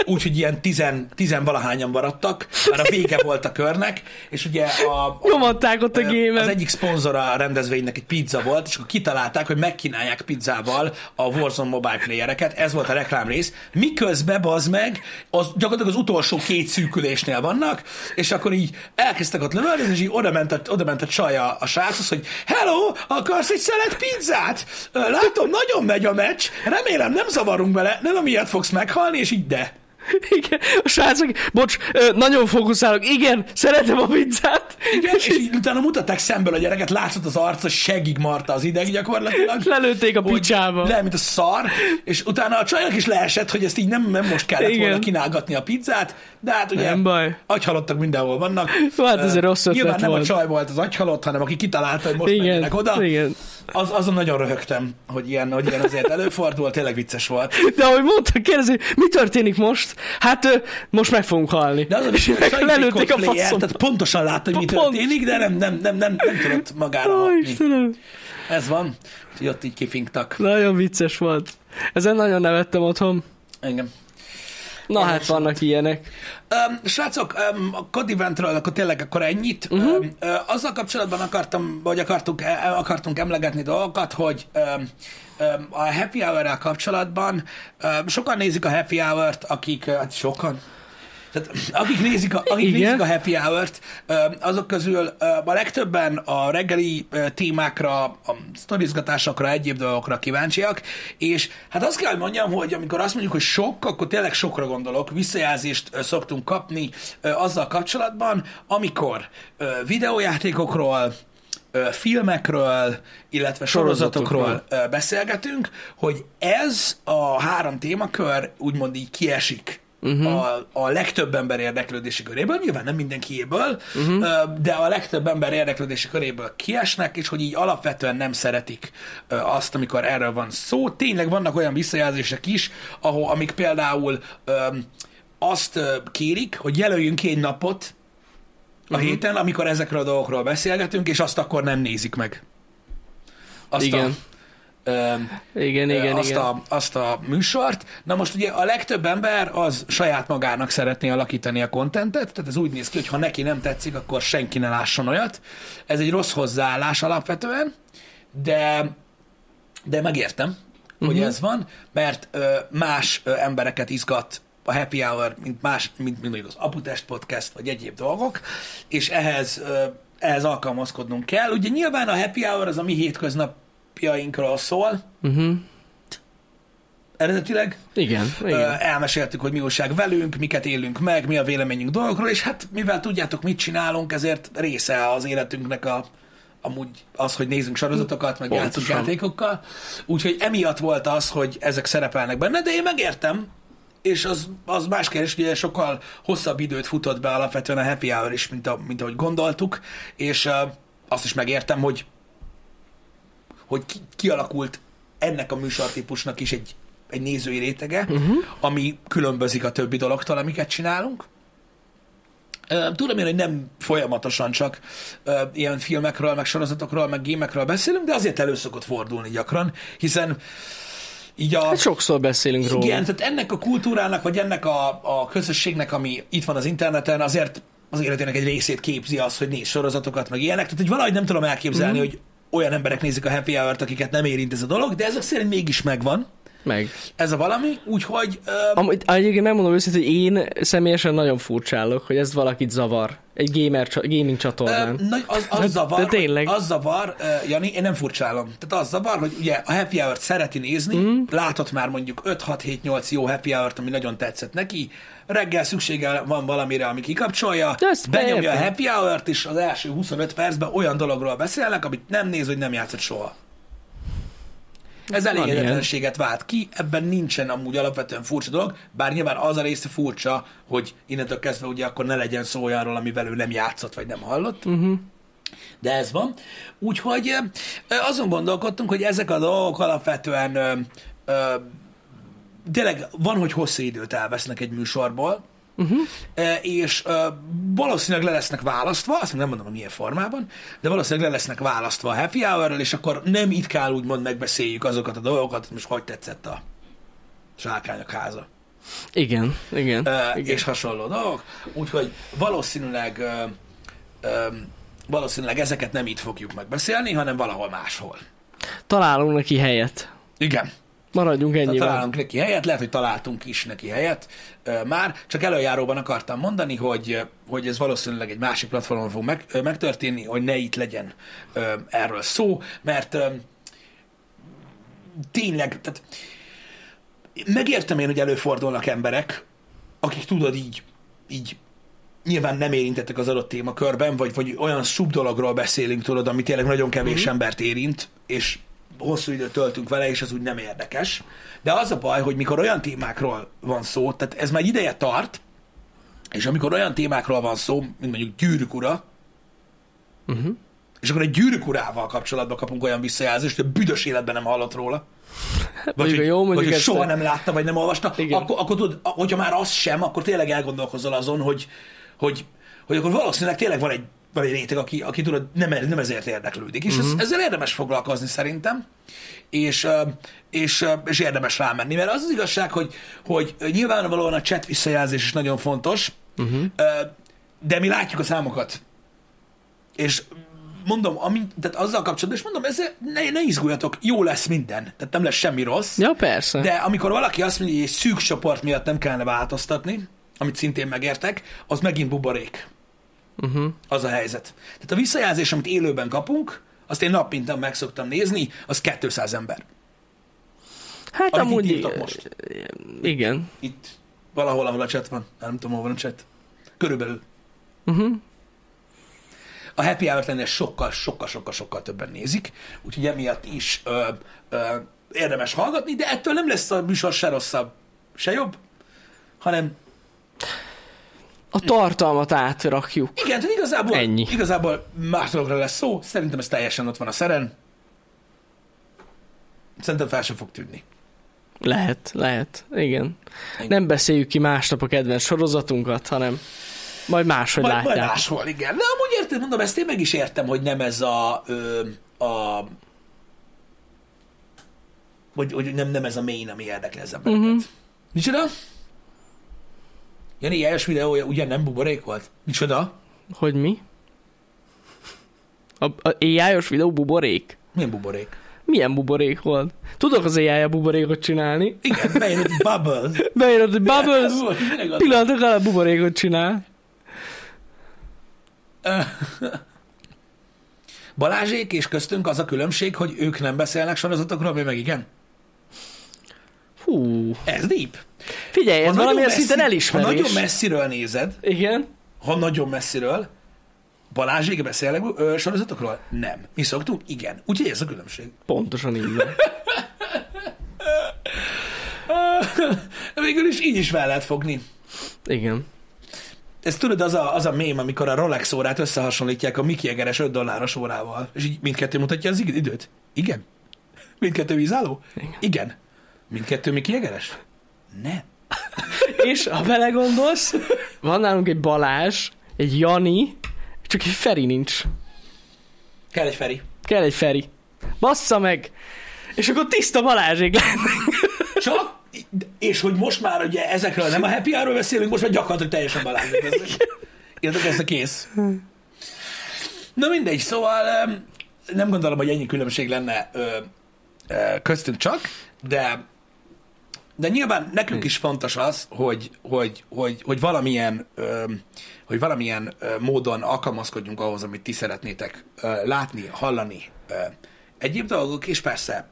S1: Úgyhogy ilyen tizen, tizenvalahányan maradtak, már a vége volt a körnek, és ugye a, a
S2: Nyomadták ott a gémet.
S1: az egyik szponzora a rendezvénynek egy pizza volt, és akkor kitalálták, hogy megkínálják pizzával a Warzone mobile playereket, ez volt a reklám rész, miközben bazd meg, az, gyakorlatilag az utolsó két szűkülésnél vannak, és akkor így elkezdtek ott lövöldözni, és így oda ment a, oda ment a csaj a, a sráchoz, hogy hello, akarsz egy szelet pizzát? Ö, Látom, nagyon megy a meccs, remélem nem zavarunk bele, nem amiatt fogsz meghalni, és így de.
S2: [LAUGHS] Igen, a srácok, bocs, ö, nagyon fókuszálok, igen, szeretem a pizzát. [LAUGHS]
S1: Igen, és így utána mutatták szemből a gyereket, látszott az arca, seggig marta az ideg gyakorlatilag.
S2: Lelőtték a
S1: Hogy
S2: picsába.
S1: Le, mint a szar, és utána a csajnak is leesett, hogy ezt így nem, nem most kellett
S2: Igen.
S1: Igen. volna kínálgatni a pizzát, de hát ugye
S2: Nem baj.
S1: agyhalottak mindenhol vannak.
S2: Hát azért
S1: Ö,
S2: rossz ötlet
S1: Nyilván nem
S2: volt.
S1: a csaj volt az agyhalott, hanem aki kitalálta, hogy most Igen.
S2: Igen,
S1: menjenek oda. Igen.
S2: igen.
S1: Az, azon nagyon röhögtem, hogy ilyen, hogy ilyen azért előfordul, tényleg vicces volt.
S2: De ahogy mondta, kérdezi, mi történik most? Hát ö, most meg fogunk halni.
S1: De az a
S2: És
S1: bizony, hogy
S2: meg
S1: Sanyi egy
S2: lelőtték a
S1: cosplayer,
S2: faszom.
S1: Tehát pontosan látta, hogy mi
S2: Pont.
S1: történik, de nem, nem, nem, nem, nem tudott magára
S2: Ó,
S1: hatni.
S2: Istenem.
S1: Ez van, hogy ott így kifinktak.
S2: Nagyon vicces volt. Ezen nagyon nevettem otthon.
S1: Engem.
S2: Na hát
S1: Érdekes
S2: vannak ilyenek.
S1: Um, srácok, um, a Cod Eventről akkor tényleg akkor ennyit. Uh-huh. Um, uh, azzal kapcsolatban akartam, vagy akartunk, eh, akartunk emlegetni dolgokat, hogy um, um, a Happy Hour-rel kapcsolatban um, sokan nézik a Happy Hour-t, akik, eh, hát sokan, tehát akik nézik a, akik
S2: Igen.
S1: nézik a happy hour-t, ö, azok közül ö, a legtöbben a reggeli ö, témákra, a sztorizgatásokra, egyéb dolgokra kíváncsiak, és hát azt kell, hogy mondjam, hogy amikor azt mondjuk, hogy sok, akkor tényleg sokra gondolok, visszajelzést ö, szoktunk kapni ö, azzal kapcsolatban, amikor ö, videójátékokról, ö, filmekről, illetve sorozatokról ö, beszélgetünk, hogy ez a három témakör úgymond így kiesik uh-huh. a, a legtöbb ember érdeklődési köréből, nyilván nem mindenkiéből, uh-huh. de a legtöbb ember érdeklődési köréből kiesnek, és hogy így alapvetően nem szeretik ö, azt, amikor erről van szó. Tényleg vannak olyan visszajelzések is, ahol, amik például öm, azt ö, kérik, hogy jelöljünk ki egy napot a uh-huh. héten, amikor ezekről a dolgokról beszélgetünk, és azt akkor nem nézik meg. Azt
S2: Igen.
S1: A, öm,
S2: Igen, igen,
S1: azt,
S2: igen.
S1: A, azt a műsort. Na most ugye a legtöbb ember az saját magának szeretné alakítani a kontentet, tehát ez úgy néz ki, hogy ha neki nem tetszik, akkor senki ne lásson olyat. Ez egy rossz hozzáállás alapvetően, de, de megértem, hogy
S2: Mhm.
S1: uh-huh. ez van, mert ö, más ö, embereket izgat a happy hour, mint más, mint, mint mondjuk az Aputest podcast, vagy egyéb dolgok, és ehhez, ö, ehhez alkalmazkodnunk kell. Ugye nyilván a happy hour az a mi hétköznapjainkról szól, eredetileg.
S2: Mhm. Igen,
S1: Ö,
S2: igen.
S1: elmeséltük, hogy mi újság velünk, miket élünk meg, mi a véleményünk dolgokról, és hát mivel tudjátok, mit csinálunk, ezért része az életünknek a amúgy az, hogy nézünk sorozatokat, meg játszunk
S2: Pontosan.
S1: játékokkal. Úgyhogy emiatt volt az, hogy ezek szerepelnek benne, de én megértem, és az, az más kérdés, hogy ugye sokkal hosszabb időt futott be alapvetően a happy hour is, mint, a, mint ahogy gondoltuk, és uh, azt is megértem, hogy hogy ki, kialakult ennek a műsortípusnak is egy, egy nézői rétege, uh-huh. ami különbözik a többi dologtól, amiket csinálunk. Ö, Tudom én, hogy nem folyamatosan csak ö, ilyen filmekről, meg sorozatokról, meg gémekről beszélünk, de azért elő szokott fordulni gyakran, hiszen így a...
S2: Hát sokszor beszélünk róla.
S1: Igen, tehát ennek a kultúrának, vagy ennek a, a közösségnek, ami itt van az interneten, azért az életének egy részét képzi az, hogy néz sorozatokat, meg ilyenek. Tehát, hogy valahogy nem tudom elképzelni, mm. hogy olyan emberek nézik a happy hour-t, akiket nem érint ez a dolog, de ezek szerint mégis megvan
S2: Meg.
S1: ez a valami, úgyhogy... Ö,
S2: Amúgy egyébként megmondom őszintén, hogy én személyesen nagyon furcsálok, hogy ez valakit zavar. Egy gamer, csa- gaming
S1: ö,
S2: csatornán. Hát,
S1: na, az, az, zavar,
S2: de tényleg.
S1: az zavar, ö, Jani, én nem furcsálom. Tehát az zavar, hogy ugye a happy hour-t szereti nézni,
S2: Mhm.
S1: mm. látott már mondjuk 5-6-7-8 jó happy hour-t, ami nagyon tetszett neki, reggel szüksége van valamire, ami kikapcsolja,
S2: De ezt
S1: benyomja a
S2: beértem.
S1: happy hour-t, és az első 25 percben olyan dologról beszélnek, amit nem néz, hogy nem játszott soha. Ez elégedetlenséget vált ki, ebben nincsen amúgy alapvetően furcsa dolog, bár nyilván az a része furcsa, hogy innentől kezdve ugye akkor ne legyen szó olyanról, amivel ő nem játszott, vagy nem hallott. Uh-huh. De ez van. Úgyhogy ö, azon gondolkodtunk, hogy ezek a dolgok alapvetően ö, ö, tényleg van, hogy hosszú időt elvesznek egy műsorból, uh-huh. és ö, valószínűleg le lesznek választva, azt még nem mondom, hogy milyen formában, de valószínűleg le lesznek választva a happy hour és akkor nem itt kell úgymond megbeszéljük azokat a dolgokat, hogy most hogy tetszett a zsákányok háza.
S2: Igen, igen.
S1: Ö,
S2: igen.
S1: és hasonló dolgok. Úgyhogy valószínűleg ö, ö, valószínűleg ezeket nem itt fogjuk megbeszélni, hanem valahol máshol.
S2: Találunk neki helyet.
S1: Igen.
S2: Maradjunk
S1: Tehát
S2: ennyivel.
S1: találunk neki helyet, lehet, hogy találtunk is neki helyet ö, már, csak előjáróban akartam mondani, hogy ö, hogy ez valószínűleg egy másik platformon fog meg, ö, megtörténni, hogy ne itt legyen ö, erről szó, mert ö, tényleg, tehát megértem én, hogy előfordulnak emberek, akik tudod így, így nyilván nem érintettek az adott témakörben, vagy, vagy olyan szubdologról beszélünk, tudod, ami tényleg nagyon kevés mm. embert érint, és hosszú időt töltünk vele, és az úgy nem érdekes. De az a baj, hogy mikor olyan témákról van szó, tehát ez már egy ideje tart, és amikor olyan témákról van szó, mint mondjuk gyűrűk ura, uh-huh. és akkor egy gyűrűk urával kapcsolatban kapunk olyan visszajelzést, hogy a büdös életben nem hallott róla. Vagy,
S2: Hát, Mondjuk,
S1: hogy,
S2: jó,
S1: jó, vagy
S2: mondjuk
S1: hogy
S2: ezt-
S1: soha nem látta, vagy nem olvasta,
S2: Igen.
S1: akkor, akkor tudod, a- hogyha már az sem, akkor tényleg elgondolkozol azon, hogy, hogy, hogy akkor valószínűleg tényleg van egy, van egy réteg, aki, aki tudod, nem, nem ezért érdeklődik. És
S2: Mhm.
S1: uh-huh. ez, ezzel érdemes foglalkozni szerintem, és, ö, és, ö, és érdemes rámenni. Mert az az igazság, hogy, hogy nyilvánvalóan a chat visszajelzés is nagyon fontos,
S2: Mhm.
S1: uh-huh. de mi látjuk a számokat. És mondom, ami, tehát azzal kapcsolatban, és mondom, ezzel ne, ne izguljatok, jó lesz minden. Tehát nem lesz semmi rossz.
S2: Ja, persze.
S1: De amikor valaki azt mondja, hogy egy szűk csoport miatt nem kellene változtatni, amit szintén megértek, az megint buborék.
S2: Mhm.
S1: Uh-huh. Az a helyzet. Tehát a visszajelzés, amit élőben kapunk, azt én nap mint nap meg szoktam nézni, az 200 ember.
S2: hát
S1: Amit
S2: amúgy...
S1: itt írtak most.
S2: Igen.
S1: Itt valahol, ahol a chat van. Nem tudom, hol van a chat. Körülbelül.
S2: Uh-huh.
S1: A happy hour lennél sokkal, sokkal, sokkal, sokkal többen nézik, úgyhogy emiatt is ö, ö, érdemes hallgatni, de ettől nem lesz a műsor se rosszabb, se jobb, hanem
S2: A tartalmat átrakjuk.
S1: igen, tehát igazából,
S2: Ennyi.
S1: igazából más dologra lesz szó, szerintem ez teljesen ott van a szeren. Szerintem fel sem fog tűnni.
S2: Lehet, lehet. Igen.
S1: Igen.
S2: Nem beszéljük ki másnap a kedvenc sorozatunkat, hanem majd máshogy
S1: Majd,
S2: látják.
S1: majd máshol, igen. De amúgy érted, mondom, ezt én meg is értem, hogy nem ez a... Ö, a hogy, hogy nem, nem ez a main, ami érdekli az embereket.
S2: Mhm.
S1: Uh-huh. Micsoda? Jani, jeles videója ugye nem buborék volt? Micsoda?
S2: Hogy mi? A, a AI-os videó buborék?
S1: Milyen buborék?
S2: Milyen buborék volt? Tudok az AI a buborékot csinálni.
S1: Igen, beírod
S2: [LAUGHS]
S1: bubble.
S2: Beírod, hogy Bubbles
S1: Tényleg az-
S2: pillanatok alatt buborékot csinál.
S1: Balázsék és köztünk az a különbség, hogy ők nem beszélnek sorozatokról, mi meg igen.
S2: Hú.
S1: Ez deep.
S2: Figyelj, ez
S1: nagyon
S2: valamilyen
S1: messzi-
S2: szinten
S1: Ha nagyon
S2: elismerés.
S1: messziről nézed,
S2: Igen.
S1: ha nagyon messziről, Balázsék beszélnek ö, sorozatokról? Nem. Mi szoktunk? Igen. Úgyhogy ez a különbség. [LAUGHS]
S2: Pontosan így van.
S1: Végül is így is fel lehet fogni.
S2: [LAUGHS] Igen.
S1: Ez tudod, az a, az a mém, amikor a Rolex órát összehasonlítják a Mickey Egeres 5 dolláros órával, és így mindkettő mutatja az id- időt. Igen. Mindkettő vízálló? Igen. Igen. Mindkettő Mickey Egeres? Nem.
S2: És ha belegondolsz, van nálunk egy Balázs, egy Jani, csak egy Feri nincs.
S1: Kell egy Feri.
S2: Kell egy Feri. Bassza meg! És akkor tiszta Balázsék lennénk.
S1: Csak, és hogy most már ugye ezekről nem a happy hour beszélünk, most már gyakorlatilag teljesen Balázsék. Értek ezt a kész. Na mindegy, szóval em, nem gondolom, hogy ennyi különbség lenne ö, ö, köztünk csak, de de nyilván nekünk is fontos az, hogy, hogy, hogy, hogy valamilyen, ö, hogy valamilyen ö, módon alkalmazkodjunk ahhoz, amit ti szeretnétek ö, látni, hallani. Ö, egyéb dolgok, és persze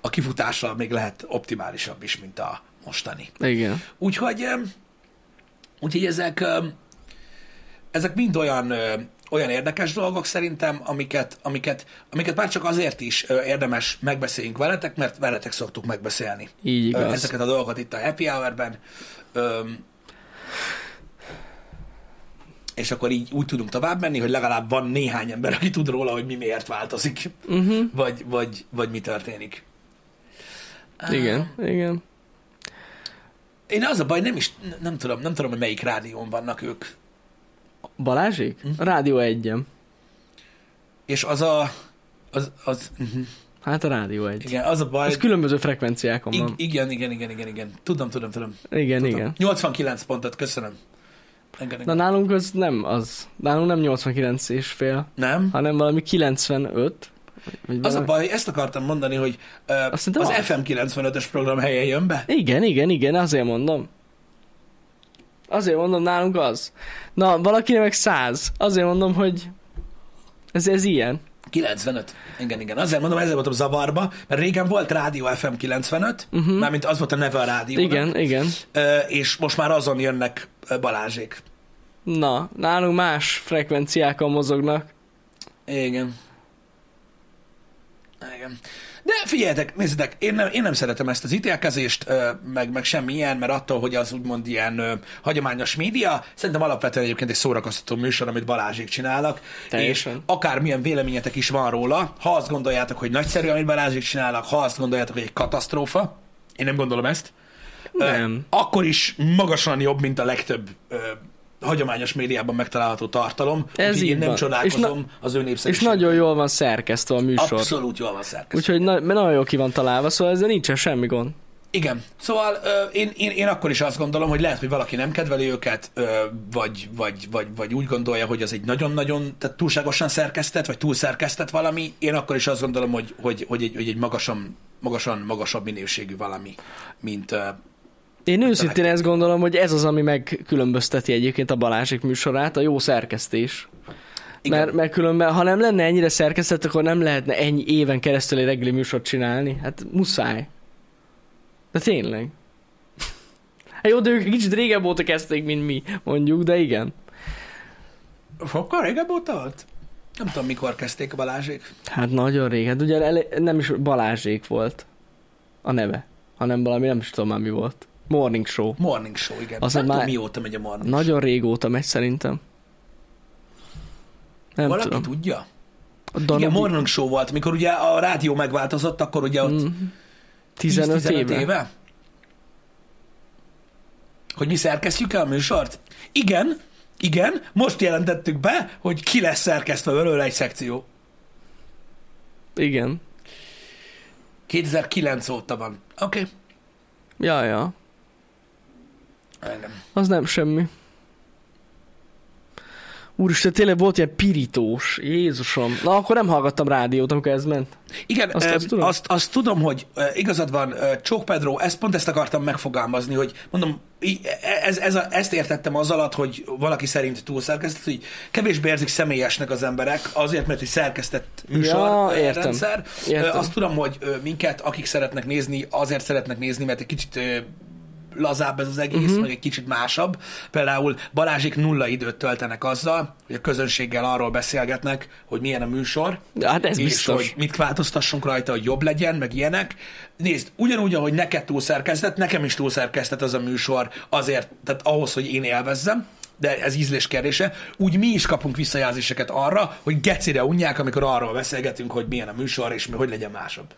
S1: a kifutása még lehet optimálisabb is, mint a mostani.
S2: Igen.
S1: Úgyhogy, em, úgyhogy ezek, em, ezek mind olyan, ö, olyan érdekes dolgok szerintem, amiket, amiket, amiket már csak azért is ö, érdemes megbeszéljünk veletek, mert veletek szoktuk megbeszélni
S2: Így
S1: ö,
S2: igaz.
S1: ezeket a dolgokat itt a happy hour-ben. Öm, és akkor így úgy tudunk tovább menni, hogy legalább van néhány ember, aki tud róla, hogy mi miért változik,
S2: Mhm.
S1: uh-huh. vagy, vagy, vagy mi történik.
S2: Igen, igen.
S1: Én az a baj, nem is, n- nem tudom, nem tudom, hogy melyik rádión vannak ők.
S2: Balázsék?
S1: Mhm.
S2: A Rádió 1
S1: És az a, az, az, mhm,
S2: Hát a Rádió 1.
S1: igen, az a baj,
S2: Ez különböző frekvenciákon
S1: ig-
S2: van.
S1: igen, igen, igen, igen, igen, tudom, tudom, tudom.
S2: Igen,
S1: tudom.
S2: igen.
S1: 89 pontot, köszönöm. Igen,
S2: Na
S1: igen.
S2: nálunk az nem az. Nálunk nem 89 és fél,
S1: Nem?
S2: hanem valami 95.
S1: Az
S2: Vagy
S1: a
S2: valami-
S1: baj, ezt akartam mondani, hogy ö,
S2: Azt
S1: az,
S2: hiszem, van.
S1: FM95-ös program helye jön be.
S2: Igen, igen, igen, azért mondom. Azért mondom, nálunk az. Na, valakinek meg 100. Azért mondom, hogy ez, ez ilyen.
S1: 95. Igen, igen. Azért mondom, ezzel voltam zavarba, mert régen volt Rádió FM 95, uh-huh. mármint az volt a neve a rádiónak,
S2: Mhm. Igen, igen.
S1: Ö, és most már azon jönnek ö, Balázsék.
S2: Na, nálunk más frekvenciákon mozognak.
S1: Igen. Igen. De figyeljetek, nézzétek, én nem, én nem szeretem ezt az ítélkezést, ö, meg, meg semmi ilyen, mert attól, hogy az úgymond ilyen ö, hagyományos média, szerintem alapvetően egyébként egy szórakoztató műsor, amit Balázsék csinálnak,
S2: Teljesen.
S1: és akármilyen véleményetek is van róla, ha azt gondoljátok, hogy nagyszerű, amit Balázsék csinálnak, ha azt gondoljátok, hogy egy katasztrófa, én nem gondolom ezt, ö,
S2: Nem.
S1: akkor is magasan jobb, mint a legtöbb ö, hagyományos médiában megtalálható tartalom,
S2: Ez
S1: úgyhogy
S2: így
S1: én nem
S2: van. És
S1: csodálkozom
S2: na-
S1: az ő
S2: És
S1: népszerűségével.
S2: nagyon jól van szerkesztve a műsor.
S1: Abszolút jól van szerkesztve.
S2: Úgyhogy na, mert nagyon jól ki van találva, szóval ezzel nincsen semmi gond.
S1: Igen. Szóval ö, én, én, én akkor is azt gondolom, hogy lehet, hogy valaki nem kedveli őket, ö, vagy, vagy, vagy, vagy úgy gondolja, hogy az egy nagyon-nagyon, tehát túlságosan szerkesztett, vagy túlszerkesztett valami. Én akkor is azt gondolom, hogy, hogy, hogy egy, hogy egy magasan, magasan magasabb minőségű valami, mint... Ö,
S2: Én őszintén ezt gondolom, hogy ez az, ami megkülönbözteti egyébként a Balázsik műsorát, a jó szerkesztés.
S1: igen.
S2: Mert, mert különben, ha nem lenne ennyire szerkesztett, akkor nem lehetne ennyi éven keresztül egy reggeli műsort csinálni. Hát muszáj. De tényleg. Hát jó, de ők kicsit régebb óta kezdték, mint mi, mondjuk, de igen.
S1: Sokkal régebb óta volt? Nem tudom, mikor kezdték a Balázsék.
S2: Hát nagyon rég. Hát ugye ele- nem is Balázsék volt a neve, hanem valami, nem is tudom már mi volt. Morning Show.
S1: Morning Show, igen.
S2: Az
S1: Az nem
S2: a
S1: tudom,
S2: már-
S1: mióta megy a Morning Show.
S2: Nagyon régóta megy szerintem. Nem
S1: Valaki
S2: tudom.
S1: tudja?
S2: A
S1: Igen,
S2: Danubi-
S1: Morning Show volt, mikor ugye a rádió megváltozott, akkor ugye ott
S2: 15,
S1: 15
S2: Mm, éve. éve.
S1: éve? Hogy mi szerkesztjük el a műsort? Igen, igen, most jelentettük be, hogy ki lesz szerkesztve belőle egy szekció.
S2: Igen.
S1: 2009 óta van. Oké.
S2: Ja, ja.
S1: Okay. Engem.
S2: Az nem semmi. Úristen, tényleg volt ilyen pirítós. Jézusom. Na, akkor nem hallgattam rádiót, amikor ez ment.
S1: Igen,
S2: Azt-
S1: azt,
S2: azt
S1: azt,
S2: tudod?
S1: azt, azt tudom, hogy ö, igazad van, ö, Csók Pedro, ezt, pont ezt akartam megfogalmazni, hogy mondom, í- e- ez, ez a, ezt értettem az alatt, hogy valaki szerint túlszerkesztett, hogy kevésbé érzik személyesnek az emberek, azért, mert egy szerkesztett műsor
S2: Ja,
S1: ö,
S2: értem.
S1: rendszer.
S2: Értem.
S1: Ö, Azt tudom, hogy ö, minket, akik szeretnek nézni, azért szeretnek nézni, mert egy kicsit ö, lazább ez az egész,
S2: Mhm.
S1: uh-huh. meg egy kicsit másabb. Például Balázsik nulla időt töltenek azzal, hogy a közönséggel arról beszélgetnek, hogy milyen a műsor,
S2: De Hát ez
S1: és
S2: biztos.
S1: hogy mit változtassunk rajta, hogy jobb legyen, meg ilyenek. Nézd, ugyanúgy, ahogy neked túlszerkesztett, nekem is túlszerkesztett az a műsor azért, tehát ahhoz, hogy én élvezzem, de ez ízlés kérdése, úgy mi is kapunk visszajelzéseket arra, hogy gecire unják, amikor arról beszélgetünk, hogy milyen a műsor, és mi- hogy legyen másabb.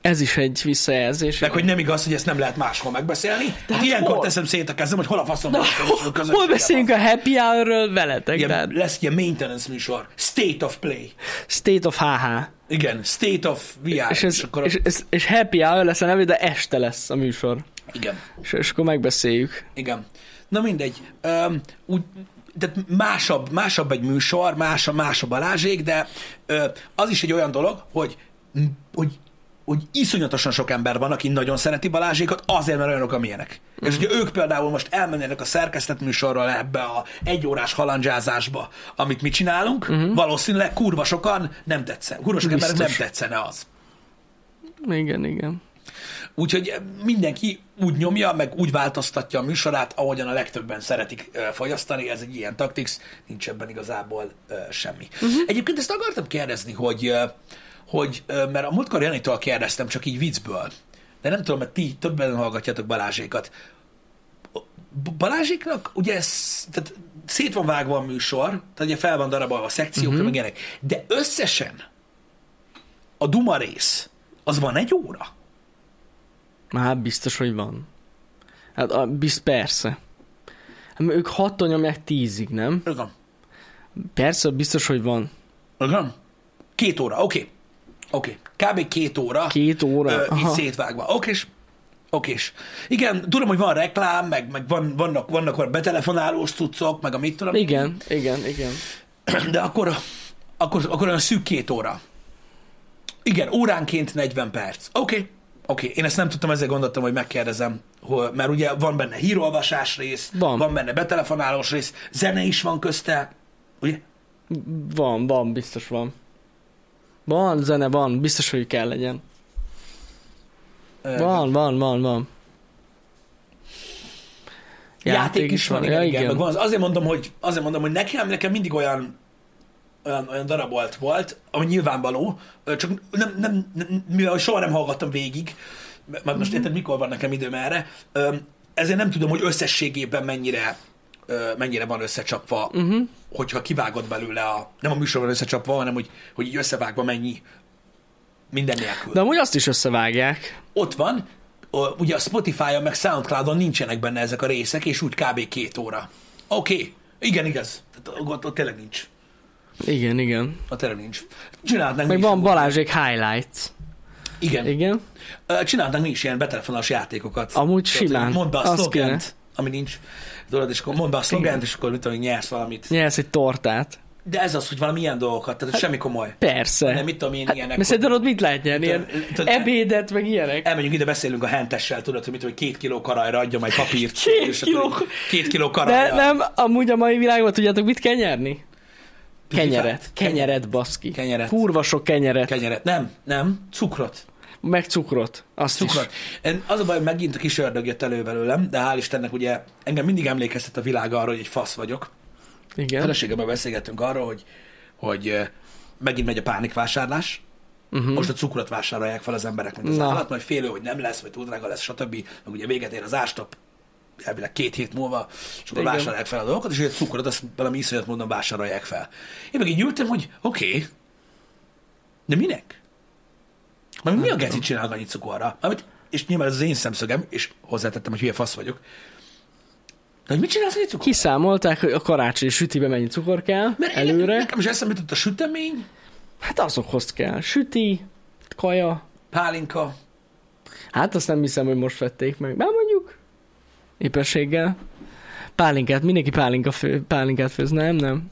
S2: Ez is egy visszajelzés.
S1: Meg hogy nem igaz, hogy ezt nem lehet máshol megbeszélni. De hát
S2: hát
S1: ilyenkor
S2: hol?
S1: teszem szét a kezem, hogy hol a faszom van a közönség között.
S2: Hol beszéljünk a happy hour-ről veletek?
S1: Ilyen-
S2: Tehát
S1: Lesz ilyen maintenance műsor. State of play.
S2: state of HH.
S1: Igen, state of VR.
S2: És, ez,
S1: akkor
S2: és, és, és happy hour lesz a neve, de este lesz a műsor.
S1: igen.
S2: És, és akkor megbeszéljük.
S1: Igen. Na mindegy. Öm, úgy, tehát másabb, másabb egy műsor, más a, más a Balázsék, de ö, az is egy olyan dolog, hogy, hogy, hogy iszonyatosan sok ember van, aki nagyon szereti Balázsékat, azért, mert olyanok, amilyenek. Mm-hmm. És hogyha ők például most elmennének a szerkesztett műsorral ebbe a egyórás halandzsázásba, amit mi csinálunk, mm-hmm. valószínűleg kurva sokan nem tetszen. Kurva sok embernek nem
S2: Biztos.
S1: tetszene az.
S2: Igen, igen.
S1: Úgyhogy mindenki úgy nyomja, meg úgy változtatja a műsorát, ahogyan a legtöbben szeretik ö, fogyasztani. Ez egy ilyen taktics, nincs ebben igazából ö, semmi. Uh-huh. Egyébként ezt akartam kérdezni, hogy, ö, hogy ö, mert a múltkor Janitól kérdeztem, csak így viccből, de nem tudom, mert ti többen hallgatjátok Balázsékat. B- Balázsiknak ugye ez, tehát szét van vágva a műsor, tehát ugye fel van darabolva a szekciókra, uh-huh. meg ilyenek, de összesen a Duma rész, az van egy óra.
S2: Hát biztos, hogy van. Hát a, biz, persze. Hát, mert ők hattól nyomják tízig, nem?
S1: Igen.
S2: Persze, biztos, hogy van.
S1: Igen. Két óra, oké. Oké. Kb. két óra.
S2: Két óra.
S1: Ö, izé- így
S2: Aha.
S1: szétvágva. Okés. Okés. Igen, tudom, hogy van reklám, meg, meg van, vannak, vannak olyan betelefonálós cuccok, meg a mit tudom.
S2: Igen, igen, igen.
S1: [CLEARS THROAT] De akkor, akkor, akkor olyan szűk két óra. Igen, óránként 40 perc. Oké, okay. oké. Okay. Én ezt nem tudtam, ezzel gondoltam, hogy megkérdezem, hol, mert ugye van benne hírolvasás rész,
S2: Van.
S1: van benne betelefonálós rész, zene is van közte, ugye?
S2: Van, van, biztos van. Van zene, van, biztos, hogy kell legyen.
S1: Ö,
S2: Van, van, van, van.
S1: játék is van, igen,
S2: Ja,
S1: ja, igen. Meg van. az- Azért mondom, hogy, azért mondom, hogy nekem, nekem mindig olyan, olyan, olyan darabolt volt, ami nyilvánvaló, ö, csak nem, nem, nem mivel soha nem hallgattam végig, m- mert most érted, mikor van nekem időm erre, ö, ezért nem tudom, hogy összességében mennyire ö, mennyire van összecsapva, uh-huh. hogyha kivágod belőle a, nem a műsorban összecsapva, hanem hogy, hogy így összevágva mennyi minden nélkül
S2: De amúgy azt is összevágják.
S1: ott van, ö, ugye a Spotify-on meg Soundcloud-on nincsenek benne ezek a részek, és úgy kb. két óra. Oké, okay. igen, igaz. Tehát ott, ott tényleg nincs.
S2: Igen, igen.
S1: Ott tényleg nincs. Csinálhatnánk
S2: Meg
S1: mi is
S2: van
S1: ilyen-
S2: Balázsék highlights.
S1: Igen. igen.
S2: Igen.
S1: Csinálhatnánk mi is ilyen betelefonos játékokat.
S2: Amúgy
S1: Tehát,
S2: simán.
S1: hogy Mondd be a
S2: Azt kéne.
S1: szlogent, ami nincs. Tudod, és akkor mondd be a szlogent, és akkor mit tudom, hogy nyersz valamit.
S2: Nyersz egy tortát.
S1: De ez az, hogy valami ilyen dolgokat, tehát semmi komoly.
S2: Persze.
S1: Nem, mit tudom én,
S2: hát,
S1: ilyenek,
S2: mert
S1: hogy-
S2: szerinted ott mit lehet nyerni? Ilyen
S1: Tudod- tudod-
S2: ebédet, meg ilyenek?
S1: elmegyünk ide, beszélünk a hentessel, tudod, hogy mit tudom, hogy két kiló karajra adja majd papírt.
S2: Két
S1: és akkor
S2: kiló-
S1: így két kiló karajra.
S2: De nem, amúgy a mai világban tudjátok, mit kell nyerni? Kenyeret.
S1: Kenyeret.
S2: Kenyeret, baszki.
S1: Kenyeret.
S2: Kurva sok kenyeret.
S1: Kenyeret. Nem, nem, cukrot.
S2: Meg cukrot. Azt
S1: Cukrot.
S2: is.
S1: Én- Az a baj, hogy megint a kis ördög jött elő belőlem, de hál' Istennek ugye engem mindig emlékeztet a világ arra, hogy egy fasz vagyok.
S2: Igen.
S1: Feleségemmel beszélgettünk arról, hogy, hogy ö, megint megy a pánikvásárlás,
S2: Mhm.
S1: uh-huh. most a cukrot vásárolják fel az emberek, mint az
S2: Na.
S1: Na. állat, majd félő, hogy nem lesz, vagy túl drága lesz, stb. Meg ugye véget ér az ástap, elvileg két hét múlva, és akkor
S2: Igen.
S1: vásárolják fel a dolgokat, és ugye a cukrot, azt valami iszonyat mondom, vásárolják fel. Én meg így ültem, hogy oké, okay, de minek? Mert mi a gecit csinálnak annyi cukorra? Amit, és nyilván ez az én szemszögem, és hozzátettem, hogy hülye fasz vagyok. De hogy mit csinálsz annyi cukorra?
S2: Kiszámolták, hogy a karácsonyi sütibe mennyi cukor kell
S1: Mert én-
S2: előre.
S1: Nekem is eszembe jutott a sütemény,
S2: Hát azokhoz kell. Süti, kaja.
S1: pálinka,
S2: Hát azt nem hiszem, hogy most vették meg. Bár mondjuk épességgel. Pálinkát, mindenki pálinka fő, pálinkát főz, nem, nem.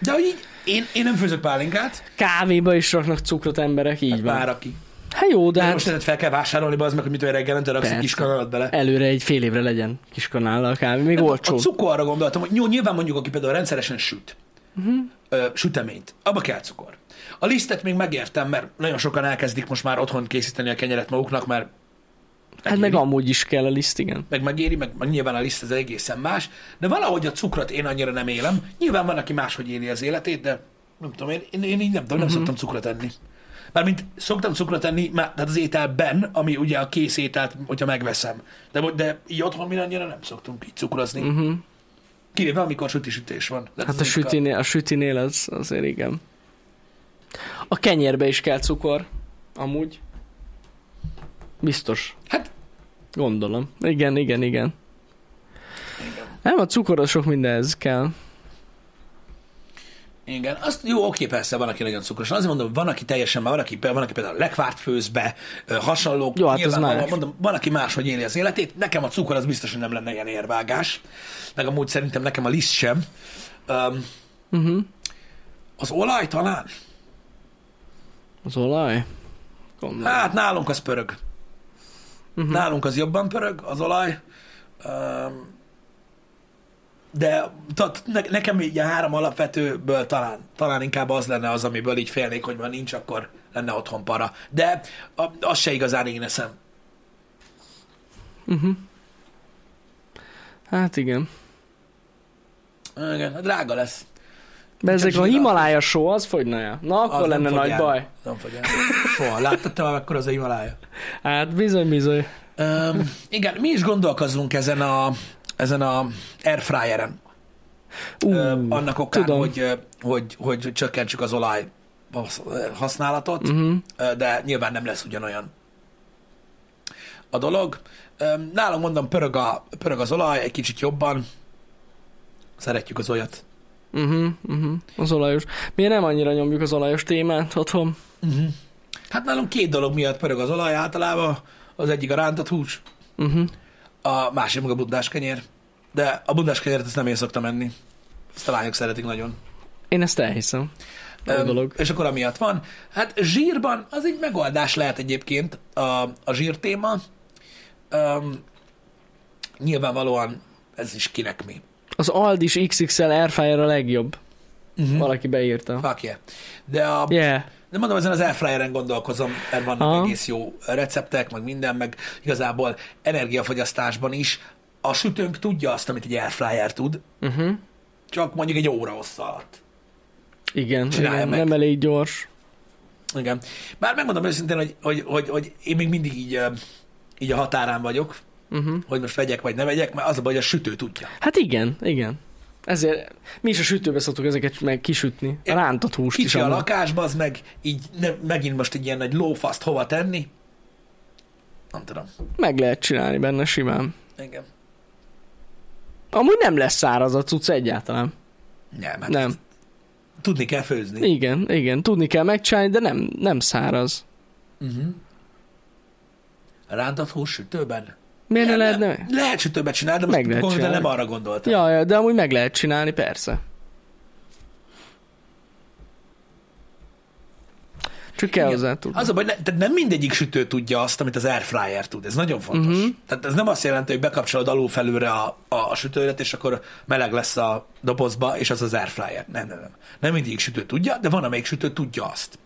S1: de hogy így, én, én nem főzök pálinkát,
S2: Kávéba is raknak cukrot emberek, így van.
S1: már aki.
S2: Hát jó, de
S1: De
S2: hát
S1: most ezt fel kell vásárolni, az meg, hogy mit olyan reggelente raksz egy
S2: Persze.
S1: kis kanalat bele.
S2: előre egy fél évre legyen kis kanállal a kávé, még
S1: A
S2: olcsó.
S1: cukorra gondoltam, hogy jó, nyilván mondjuk, aki például rendszeresen süt,
S2: Mhm.
S1: uh-huh. süteményt, abba kell cukor. A lisztet még megértem, mert nagyon sokan elkezdik most már otthon készíteni a kenyeret maguknak, mert
S2: Hát meg amúgy is kell a liszt, igen.
S1: meg megéri, meg, meg nyilván a liszt az egészen más, de valahogy a cukrot én annyira nem élem. Nyilván van, aki máshogy éli az életét, de nem tudom, én, én, én így nem tudom, nem uh-huh.
S2: Mhm.
S1: szoktam cukrot enni. Mármint szoktam cukrot enni, már, tehát az ételben, ami ugye a kész ételt, hogyha megveszem. De, mo- de így otthon mi annyira nem szoktunk így cukrozni. Uh-huh. Kivéve, amikor sütisütés van. De
S2: Mhm.
S1: az
S2: Hát a
S1: ritka.
S2: sütinél, a sütinél az, azért igen. A kenyérbe is kell cukor, amúgy. Biztos.
S1: Hát,
S2: Gondolom. Igen, igen, igen. Nem, a cukorra sok mindenhez kell.
S1: Igen, azt jó, oké, persze, van, aki nagyon cukros. Azért mondom, van, aki teljesen már, van, aki, van, aki például lekvárt főz be, ö, hasonlók.
S2: Jó, hát az
S1: Nyilvánvalóan
S2: más.
S1: Mondom, van, aki máshogy éli az életét. Nekem a cukor az biztos, hogy nem lenne ilyen érvágás. Meg amúgy szerintem nekem a liszt sem. Um,
S2: Uh-huh.
S1: az olaj talán?
S2: Az olaj? Gondolom.
S1: Hát nálunk az pörög. Uh-huh. Nálunk az jobban pörög, az olaj. Um, de tehát ne, nekem így a három alapvetőből talán, talán inkább az lenne az, amiből így félnék, hogy már nincs, akkor lenne otthon para. De a, az se igazán én eszem.
S2: Hát igen.
S1: Igen, hát drága lesz.
S2: De ezek a
S1: zsír-
S2: Himalája só, az fogyna -e? Na, akkor
S1: Az nem
S2: lenne
S1: fog
S2: nagy
S1: járni.
S2: baj.
S1: Nem fog járni. [LAUGHS] Soha. Láttad te már akkor az a Himalája?
S2: Hát bizony, bizony.
S1: Um, igen, mi is gondolkozunk ezen a, ezen a airfryeren.
S2: Ú,
S1: Ö, annak okán,
S2: tudom.
S1: Hogy, ö, hogy, hogy csökkentsük az olaj hasz- ö, használatot,
S2: Mhm.
S1: ö, de nyilván nem lesz ugyanolyan a dolog. Öm, Nálam mondom, pörög, a, pörög az olaj, egy kicsit jobban. Szeretjük az olyat.
S2: Uh-huh, uh-huh. Az olajos. Miért nem annyira nyomjuk az olajos témát otthon?
S1: Hát nálunk két dolog miatt pörög az olaj általában. Az egyik a rántott hús,
S2: Uh-huh.
S1: a másik meg a bundás kenyér. De a bundás kenyért ezt nem én szoktam enni. Ezt a lányok szeretik nagyon.
S2: Én ezt elhiszem. Jó
S1: Öm,
S2: dolog.
S1: És akkor amiatt van. Hát zsírban az egy megoldás lehet egyébként a, a zsír téma. Öm, nyilvánvalóan ez is kinek mi.
S2: Az Aldis XXL Airfryer a legjobb.
S1: Mhm.
S2: Uh-huh. Valaki beírta.
S1: Fuck yeah. De, a,
S2: Yeah.
S1: de mondom, ezen az airfryeren gondolkozom, mert vannak
S2: Aha.
S1: egész jó receptek, meg minden, meg igazából energiafogyasztásban is. A sütőnk tudja azt, amit egy airfryer tud,
S2: Uh-huh.
S1: csak mondjuk egy óra hossza alatt.
S2: Igen,
S1: Csinálja
S2: igen.
S1: meg.
S2: nem elég gyors.
S1: Igen. Bár megmondom őszintén, hogy, hogy, hogy, hogy én még mindig így, ö, így a határán vagyok,
S2: Uh-huh.
S1: hogy most vegyek vagy ne vegyek, mert az a baj, hogy a sütő tudja.
S2: Hát igen, igen. Ezért mi is a sütőbe szoktuk ezeket meg kisütni. A rántott húst is.
S1: Kicsi a
S2: amúgy.
S1: lakásba, az meg így ne, megint most egy ilyen nagy lófaszt hova tenni. Nem tudom.
S2: Meg lehet csinálni benne simán.
S1: Igen.
S2: Amúgy nem lesz száraz a cucc egyáltalán.
S1: Nem, hát
S2: Nem.
S1: tudni kell főzni.
S2: Igen, igen. Tudni kell megcsinálni, de nem, nem száraz.
S1: Uh-huh. Rántott hús sütőben?
S2: Miért ne
S1: Nem,
S2: lehetne?
S1: nem. Lehet sütőben csinálni, de
S2: Meg
S1: most
S2: lehet
S1: gondolom, nem
S2: csinálni.
S1: arra gondoltam.
S2: Ja, ja, de amúgy meg lehet csinálni, persze. Csak kell
S1: Igen.
S2: hozzá tudni.
S1: Az a baj, ne, tehát nem mindegyik sütő tudja azt, amit az airfryer tud. Ez nagyon fontos.
S2: Mhm.
S1: Uh-huh. Tehát ez nem azt jelenti, hogy bekapcsolod alulfelőre a, a, a sütődet, és akkor meleg lesz a dobozba, és az az airfryer. Nem, nem, nem. Nem mindegyik sütő tudja, de van, amelyik sütő tudja azt.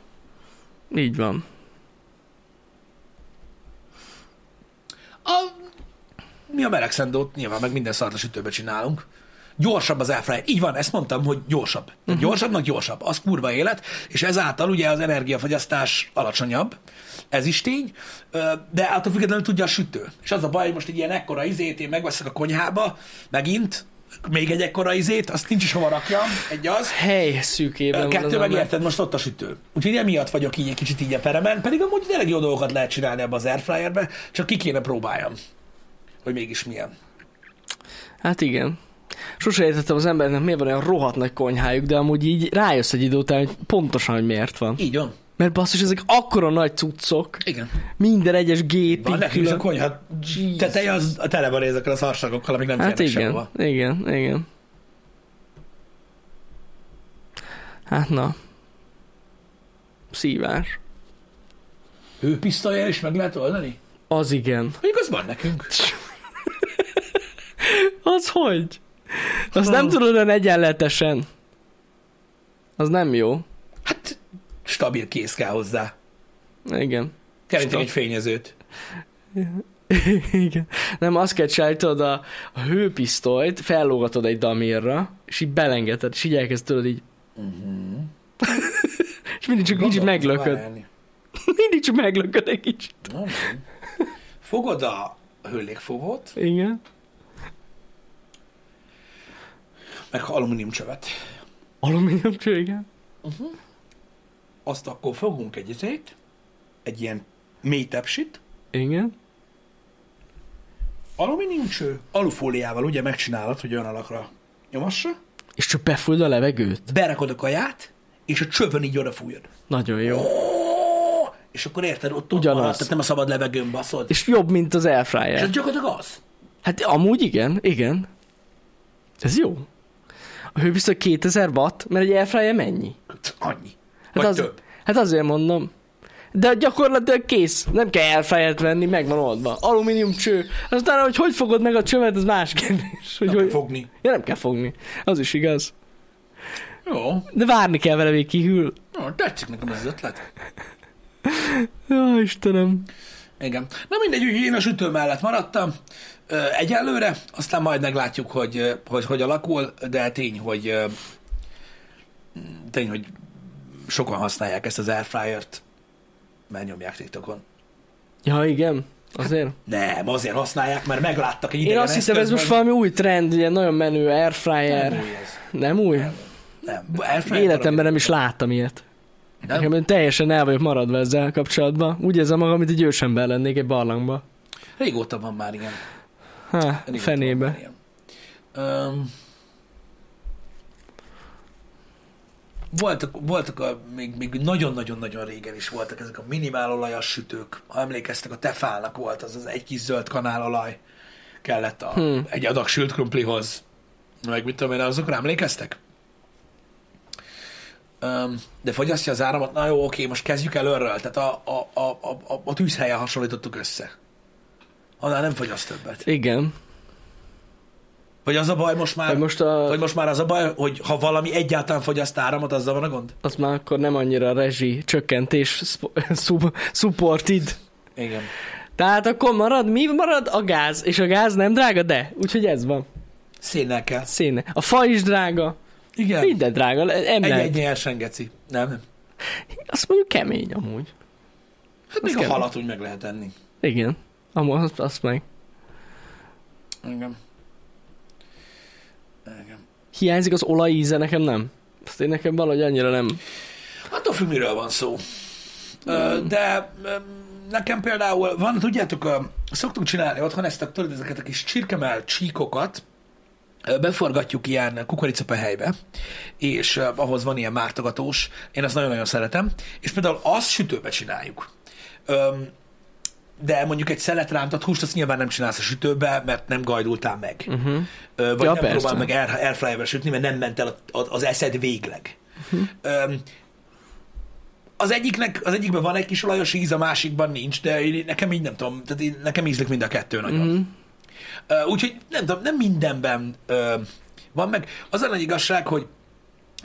S2: Így van.
S1: A, mi a melegszendót nyilván meg minden szart a sütőbe csinálunk. Gyorsabb az airfryer. Így van, ezt mondtam, hogy gyorsabb. Uh-huh. Gyorsabbnak gyorsabb. Az kurva élet, és ezáltal ugye az energiafogyasztás alacsonyabb. Ez is tény, ö, de attól függetlenül tudja a sütő. És az a baj, hogy most egy ilyen ekkora izét én megveszek a konyhába, megint, még egy ekkora izét, azt nincs is hova rakjam, egy az.
S2: Hely szűkében.
S1: Ö,
S2: van az
S1: Kettő
S2: ember.
S1: megérted, most ott a sütő. Úgyhogy emiatt vagyok így egy kicsit így a peremen, pedig amúgy tényleg jó dolgokat lehet csinálni ebbe az airfryerbe, csak ki kéne próbáljam, hogy mégis milyen.
S2: Hát igen. Sose értettem az embernek, miért van olyan rohadt nagy konyhájuk, de amúgy így rájössz egy idő után, hogy pontosan, hogy miért van.
S1: Így van.
S2: Mert basszus, ezek akkora nagy cuccok,
S1: Igen.
S2: minden egyes gépig
S1: Van nekünk is a
S2: külön.
S1: konyha
S2: Jeez.
S1: teteje, az a tele van ezekkel a szarságokkal, amik nem
S2: Hát
S1: férnek
S2: igen,
S1: sehova.
S2: igen, igen. Hát na. Szívás.
S1: Hőpisztolyjal is meg lehet oldani?
S2: Az igen.
S1: Mondjuk az van nekünk.
S2: Az hogy? Azt nem tudod olyan egyenletesen. Az nem jó.
S1: Hát stabil kész kell hozzá.
S2: Igen.
S1: Kerítek egy fényezőt.
S2: [LAUGHS] Igen. Nem, azt kell csinálni, tudod, a, a hőpisztolyt fellógatod egy damírra, és így belengeted, és így elkezd tudod így. Mhm. [LAUGHS] és mindig csak kicsit meglököd.
S1: Várni.
S2: Mindig csak meglököd egy kicsit.
S1: Na, nem. Fogod a hőlékfogót,
S2: Igen.
S1: meg alumínium csövet.
S2: Alumínium cső, igen.
S1: azt akkor fogunk egy izét, egy ilyen mély tepsit,
S2: Igen.
S1: alumínium cső, alufóliával ugye megcsinálod, hogy olyan alakra nyomassa,
S2: És csak befullad a levegőt.
S1: berakod a kaját, és a csövön így odafújod.
S2: Nagyon jó.
S1: És akkor érted, ott ott
S2: Ugyanaz.
S1: marad, tehát nem a szabad levegőn baszod. És,
S2: És jobb, mint az
S1: és ez
S2: airfryer.
S1: gyakorlatilag az.
S2: Hát amúgy igen, igen. Ez jó. A hőpisztoly 2000 watt, mert egy airfryer mennyi?
S1: Annyi.
S2: Hát,
S1: Vagy
S2: az,
S1: több.
S2: hát azért mondom. De gyakorlatilag kész. Nem kell airfryert venni, meg van oldva. Alumínium cső. Aztán, hogy hogy fogod meg a csövet, az más kérdés. Hogy,
S1: Nem kell
S2: hogy...
S1: fogni.
S2: Ja, nem kell fogni. Az is igaz.
S1: Jó,
S2: De várni kell vele, még kihűl.
S1: jó, tetszik nekem ez az ötlet.
S2: Jó, Istenem.
S1: Igen. Na mindegy, úgyhogy én a sütő mellett maradtam ö, egyelőre, aztán majd meglátjuk, hogy, ö, hogy hogy alakul, de tény, hogy ö, m, tény, hogy sokan használják ezt az airfryert, mert nyomják TikTokon.
S2: Ja, igen. Azért.
S1: Nem, azért használják, mert megláttak egy
S2: Én
S1: Hát, idegen
S2: azt hiszem, ez most valami új trend, ilyen nagyon menő airfryer.
S1: Nem,
S2: Nem,
S1: új ez.
S2: nem új?
S1: nem. airfryer
S2: Életemben nem is láttam ilyet.
S1: valami-
S2: Nekem
S1: nem.
S2: én teljesen el vagyok maradva ezzel kapcsolatban. Úgy érzem magam, mint egy ősember lennék egy barlangba.
S1: Régóta van már ilyen.
S2: Há,
S1: Régóta van már
S2: fenébe.
S1: ilyen. Öm, voltak, voltak a, még, még nagyon-nagyon-nagyon régen is voltak ezek a minimál olajas sütők. Ha emlékeztek, a tefálnak volt az az egy kis zöld kanál olaj kellett a, hmm. egy adag sült krumplihoz. Meg mit tudom én, azokra emlékeztek? Öm, de fogyasztja az áramot, na jó, oké, most kezdjük el örről. Tehát a, a, a, a, a, a tűzhelyen hasonlítottuk össze. Annál nem fogyaszt többet.
S2: Igen.
S1: Vagy az a baj most már,
S2: Vagy most a-
S1: vagy most már az a baj, hogy ha valami egyáltalán fogyaszt áramot, azzal van a gond?
S2: Az már akkor nem annyira rezsi csökkentés szpo- [LAUGHS] szub- supported.
S1: Igen.
S2: Tehát akkor marad, mi marad? A gáz. És a gáz nem drága, de. Úgyhogy ez van.
S1: Szénnel kell.
S2: Széne. A fa is drága.
S1: Igen.
S2: Minden drága. Nem
S1: Egy
S2: lehet.
S1: egy nyersen, geci. Nem, Hát nem.
S2: Azt mondjuk kemény amúgy.
S1: Hát még a
S2: kemény.
S1: halat úgy meg lehet enni.
S2: Igen. Amúgy azt, azt meg.
S1: Igen. Igen.
S2: Hiányzik az olajíze, nekem nem. Azt én nekem valahogy annyira nem.
S1: Attól függ, miről Hát van szó. Ö, De ö, nekem például van, tudjátok, ö, szoktunk csinálni otthon ezt a, tudod, ezeket a kis csirkemel csíkokat, ö, beforgatjuk ilyen kukoricapehelybe, és ö, ahhoz van ilyen mártogatós, én azt nagyon-nagyon szeretem, és például azt sütőbe csináljuk. Öm, de mondjuk egy szeletrántott húst azt nyilván nem csinálsz a sütőbe, mert nem gajdultál meg.
S2: Mhm.
S1: Uh-huh. Vagy
S2: Ja,
S1: ja, nem
S2: persze.
S1: próbál meg air, airfryerbe sütni, mert nem ment el a- a- az eszed végleg. Öm, az egyiknek, az egyikben van egy kis olajos íz, a másikban nincs, de én, nekem így nem tudom, tehát én, nekem ízlik mind a kettő nagyon.
S2: Mhm.
S1: Mm. Úgyhogy nem tudom, nem mindenben ö, van meg. Az a nagy igazság, hogy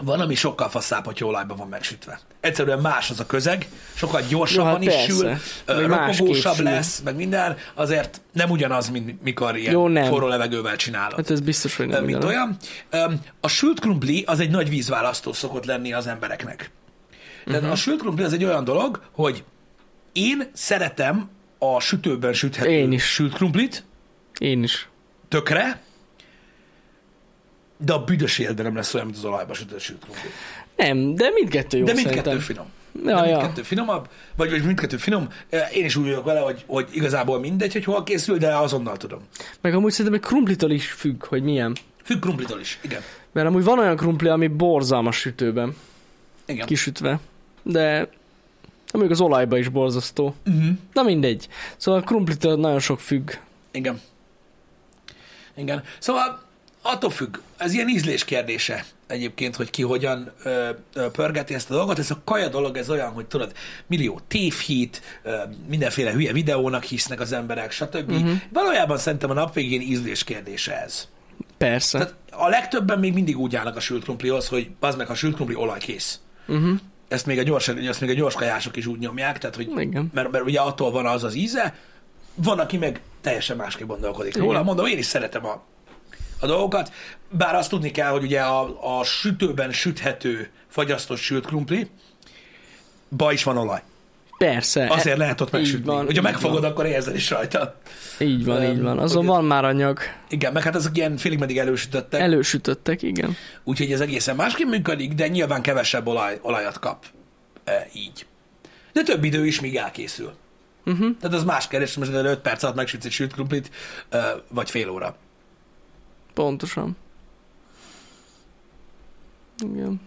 S1: van, ami sokkal faszább, hogy olajban van megsütve. Egyszerűen más az a közeg, sokkal gyorsabban
S2: Jó, hát
S1: is sül,
S2: persze.
S1: ö,
S2: Meg másképp
S1: ropogósabb
S2: sül.
S1: lesz, meg minden, azért nem ugyanaz, mint mikor ilyen
S2: Jó, nem.
S1: forró levegővel csinálod
S2: Hát ez biztos, hogy nem.
S1: mint
S2: ugyanaz.
S1: olyan. Öm, A sült krumpli az egy nagy vízválasztó szokott lenni az embereknek. Tehát
S2: Mhm.
S1: uh-huh. a sült krumpli az egy olyan dolog, hogy én szeretem a sütőben süthető
S2: Én is.
S1: sült krumplit,
S2: Én is.
S1: tökre, de a büdös él, de nem lesz olyan, mint az olajba sütött sült krumpli.
S2: Nem, de mindkettő jó
S1: De
S2: szerintem.
S1: mindkettő finom.
S2: Ja,
S1: de
S2: ja.
S1: mindkettő finomabb, vagy, vagy mindkettő finom. Én is úgy vagyok vele, hogy, hogy igazából mindegy, hogy hol készül, de azonnal tudom.
S2: Meg amúgy szerintem egy krumplitól is függ, hogy milyen.
S1: Függ krumplitól is, igen.
S2: Mert amúgy van olyan krumpli, ami borzalmas sütőben,
S1: igen.
S2: kisütve. De mondjuk az olajba is borzasztó.
S1: Uh-huh.
S2: Na mindegy. Szóval a krumplitől nagyon sok függ.
S1: Igen. Igen. Szóval attól függ. Ez ilyen ízlés kérdése egyébként, hogy ki hogyan ö, ö, pörgeti ezt a dolgot. Ez a kaja dolog, ez olyan, hogy tudod, millió tévhit, ö, mindenféle hülye videónak hisznek az emberek, stb. Uh-huh. Valójában szerintem a nap végén ízlés kérdése ez.
S2: Persze.
S1: Tehát a legtöbben még mindig úgy állnak a sült krumplihoz, hogy az meg, ha sült krumpli, olaj kész.
S2: Uh-huh.
S1: Ezt még a gyors, ezt még a gyors kajások is úgy nyomják, tehát hogy
S2: Igen.
S1: mert, mert ugye attól van az az íze, van, aki meg teljesen másképp gondolkodik róla.
S2: Igen.
S1: Mondom, én is szeretem a, a dolgokat, bár azt tudni kell, hogy ugye a, a sütőben süthető fagyasztott sült krumpli, ba is van olaj.
S2: Persze.
S1: Azért lehet ott
S2: így
S1: megsütni.
S2: van,
S1: Hogyha
S2: így
S1: megfogod, akkor érzed is rajta.
S2: Így van,
S1: Öm,
S2: így van. Azon
S1: hogy-
S2: van már anyag.
S1: Igen, meg hát ezek ilyen félig meddig elősütöttek, El...
S2: Elősütöttek, igen.
S1: úgyhogy ez egészen másképp működik, de nyilván kevesebb olaj, olajat kap e, így. De több idő is, míg elkészül.
S2: Uh-huh.
S1: Tehát az más kérdés, most 5 perc alatt megsütsz egy sült krumplit, e, vagy fél óra. [LAUGHS]
S2: Pontosan. Igen.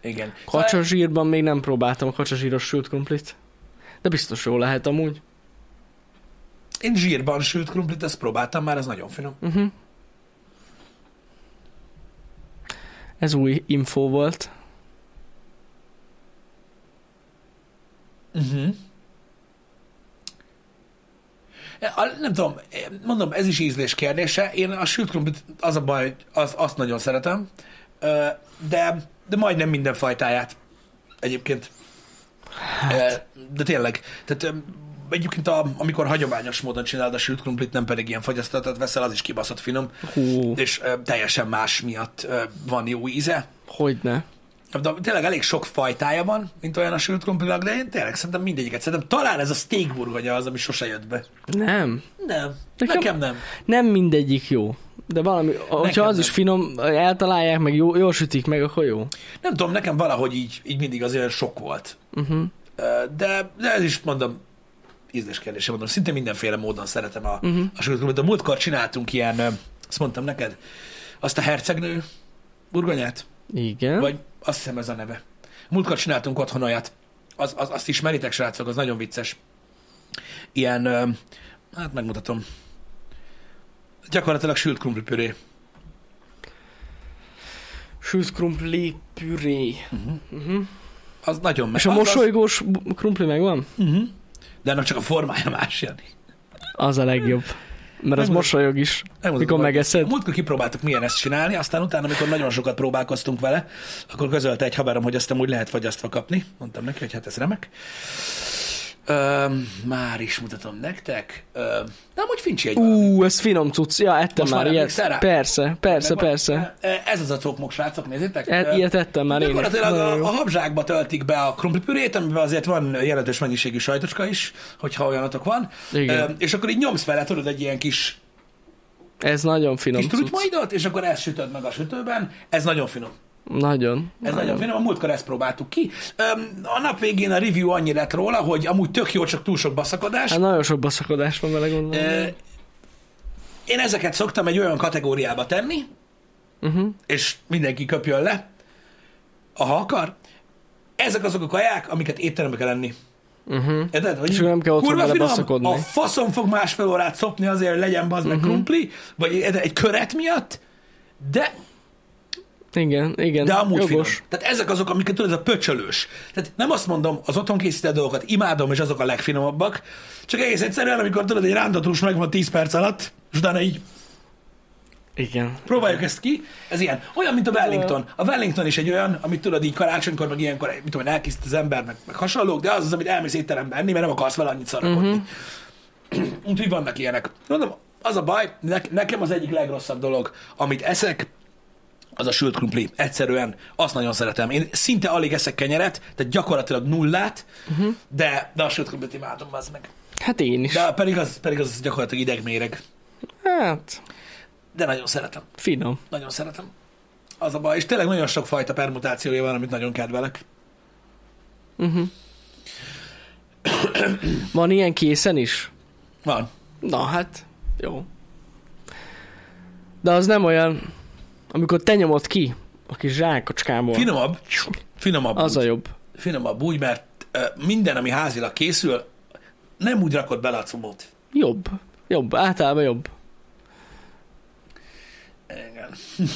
S1: Igen. Szóval
S2: Kacsazsírban még nem próbáltam a kacsazsíros sült krumplit. De biztos jó lehet amúgy.
S1: Én zsírban sült krumplit, ezt próbáltam már, ez nagyon finom.
S2: Uh-huh. Ez új info volt.
S1: Uh-huh. Nem tudom, mondom, ez is ízlés kérdése. Én a sült krumplit, az a baj, hogy az, azt nagyon szeretem, Ö, de, de majdnem minden fajtáját egyébként. Hát. De tényleg, tehát ö, egyébként a, amikor hagyományos módon csinálod a sült krumplit, nem pedig ilyen fagyasztatot veszel, az is kibaszott finom,
S2: Hú,
S1: és ö, teljesen más miatt ö, van jó íze.
S2: hogyne.
S1: De tényleg elég sok fajtája van, mint olyan a sült krumplinak, de én tényleg szerintem mindegyiket szeretem. Talán ez a steak burgonya az, ami sose jött be.
S2: Nem.
S1: Nem,
S2: Nekem-
S1: nekem, nekem nem.
S2: Nem mindegyik jó. De valami, hogyha az
S1: nem.
S2: is finom, eltalálják, meg jó, jól sütik meg, akkor jó.
S1: Nem tudom, nekem Mhm. valahogy így, így mindig az olyan sok volt.
S2: Uh-huh.
S1: Ö, De, de ez is mondom, ízlés kérdése, mondom, szinte mindenféle módon szeretem a, uh-huh. a söröt. A múltkor csináltunk ilyen, ö, azt mondtam neked, azt a hercegnő burgonyát,
S2: Igen.
S1: vagy azt hiszem ez a neve. Múltkor csináltunk otthon olyat, az, az, azt ismeritek, srácok, az nagyon vicces. Ilyen, ö, hát megmutatom, gyakorlatilag sült krumplipüré.
S2: Sült krumpli püré.
S1: Az nagyon meg.
S2: És a
S1: az- az-
S2: mosolygós b- krumpli megvan?
S1: Uh-huh. De annak csak a formája más, Jani.
S2: Az a legjobb. Mert az
S1: Megmondom.
S2: mosolyog is,
S1: Elmondom,
S2: mikor
S1: hogy
S2: megeszed.
S1: A múltkor kipróbáltuk, milyen ezt csinálni, aztán utána, amikor nagyon sokat próbálkoztunk vele, akkor közölte egy haverom, hogy azt amúgy lehet fagyasztva kapni. Mondtam neki, hogy hát ez remek. Öm, már is mutatom nektek. Öm, de amúgy fincsi egy valami.
S2: Ú, ez finom cucc. Ja, ettem
S1: Most
S2: már
S1: már
S2: ilyet.
S1: emlékszel rá?
S2: Persze, persze,
S1: Megvan?
S2: persze.
S1: Ez az a cokmok, srácok, nézzétek.
S2: E,
S1: Öm,
S2: ilyet ettem már én. is.
S1: Gyakorlatilag
S2: Nagyon jó.
S1: a, a habzsákba töltik be a krumplipürét, amiben azért van jelentős mennyiségű sajtocska is, hogyha olyanatok van.
S2: Igen.
S1: Öm, és akkor így nyomsz vele, tudod, egy ilyen kis
S2: Ez nagyon finom
S1: kis
S2: cucc.
S1: trutymaidot, és akkor ezt sütöd meg a sütőben. Ez nagyon finom.
S2: Nagyon.
S1: Ez nagyon finom, a múltkor ezt próbáltuk ki. Öm, a nap végén a review annyi lett róla, hogy amúgy tök jó, csak túl sok baszakadás.
S2: Hát nagyon sok baszakodás van vele gondolom.
S1: Ö, Én ezeket szoktam egy olyan kategóriába tenni,
S2: Uh-huh.
S1: és mindenki köpjön le, ha akar. Ezek azok a kaják, amiket étterembe kell enni.
S2: Uh-huh.
S1: Érted? Hogy
S2: És nem kell otthon
S1: kurva
S2: vele
S1: finom,
S2: baszakodni. Mhm.
S1: a faszom fog másfél órát szopni azért, hogy legyen bazd meg krumpli, vagy érted, egy köret miatt, de
S2: Igen, igen.
S1: De amúgy
S2: jogos.
S1: finom. Tehát ezek azok, amiket tudod, ez a pöcsölős. Tehát nem azt mondom, az otthon készített dolgokat imádom, és azok a legfinomabbak, csak egész egyszerűen, amikor tudod, egy rántatrús megvan 10 perc alatt, és utána így
S2: Igen.
S1: próbáljuk ezt ki, ez ilyen. Olyan, mint a Wellington. A Wellington is egy olyan, amit tudod így karácsonykor, meg ilyenkor, mit tudom, én, elkészít az ember, meg, meg hasonlók, de az az, amit elmész étterembe enni, mert nem akarsz vele annyit szarakodni. Uh-huh. [CLEARS THROAT] Úgyhogy vannak ilyenek. Mondom, az a baj, ne, nekem az egyik legrosszabb dolog, amit eszek, az a sült krumpli. Egyszerűen azt nagyon szeretem. Én szinte alig eszek kenyeret, tehát gyakorlatilag nullát, uh-huh. de, de a sült krumplit imádom, az meg.
S2: Hát én is.
S1: De pedig az, pedig az gyakorlatilag idegméreg.
S2: Hát,
S1: De nagyon szeretem.
S2: finom.
S1: Nagyon szeretem. Az a baj. És tényleg nagyon sok fajta permutációja van, amit nagyon kedvelek.
S2: Van ilyen készen is?
S1: Van.
S2: Na hát, jó. De az nem olyan, amikor te nyomod ki a kis zsákocskából.
S1: Finomabb. Finomabb
S2: Az a
S1: úgy.
S2: jobb.
S1: Finomabb úgy, mert ö, minden, ami házilag készül, nem úgy rakod bele a cumót.
S2: Jobb. Jobb, általában jobb.
S1: Igen. [LAUGHS]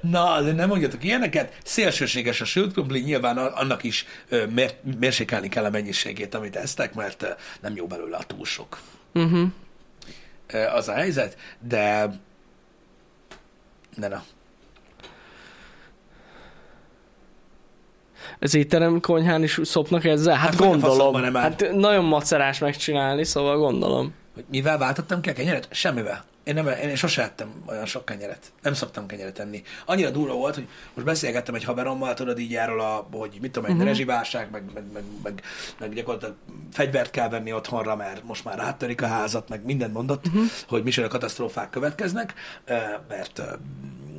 S1: Na, azért nem mondjatok ilyeneket. Szélsőséges a sült krumpli, nyilván a- annak is ö, mér, mérsékelni kell a mennyiségét, amit esztek, mert ö, nem jó belőle a túl sok.
S2: Uh-huh.
S1: Ö, Az a helyzet, de... De na.
S2: Az étterem konyhán is szopnak ezzel? Hát,
S1: Hát hogy a
S2: gondolom.
S1: faszomban nem áll?
S2: hát nagyon macerás megcsinálni, szóval gondolom.
S1: Hogy mivel váltottam ki a kenyeret? Semmivel. Én, nem, én sose ettem olyan sok kenyeret. Nem szoktam kenyeret enni. Annyira durva volt, hogy most beszélgettem egy haverommal, tudod így erről, a, hogy mit tudom, egy uh-huh. rezsiválság, meg, meg, meg, meg, meg gyakorlatilag fegyvert kell venni otthonra, mert most már áttörik a házat, meg mindent mondott, uh-huh. hogy micsoda katasztrófák következnek, ö, mert eh, ö,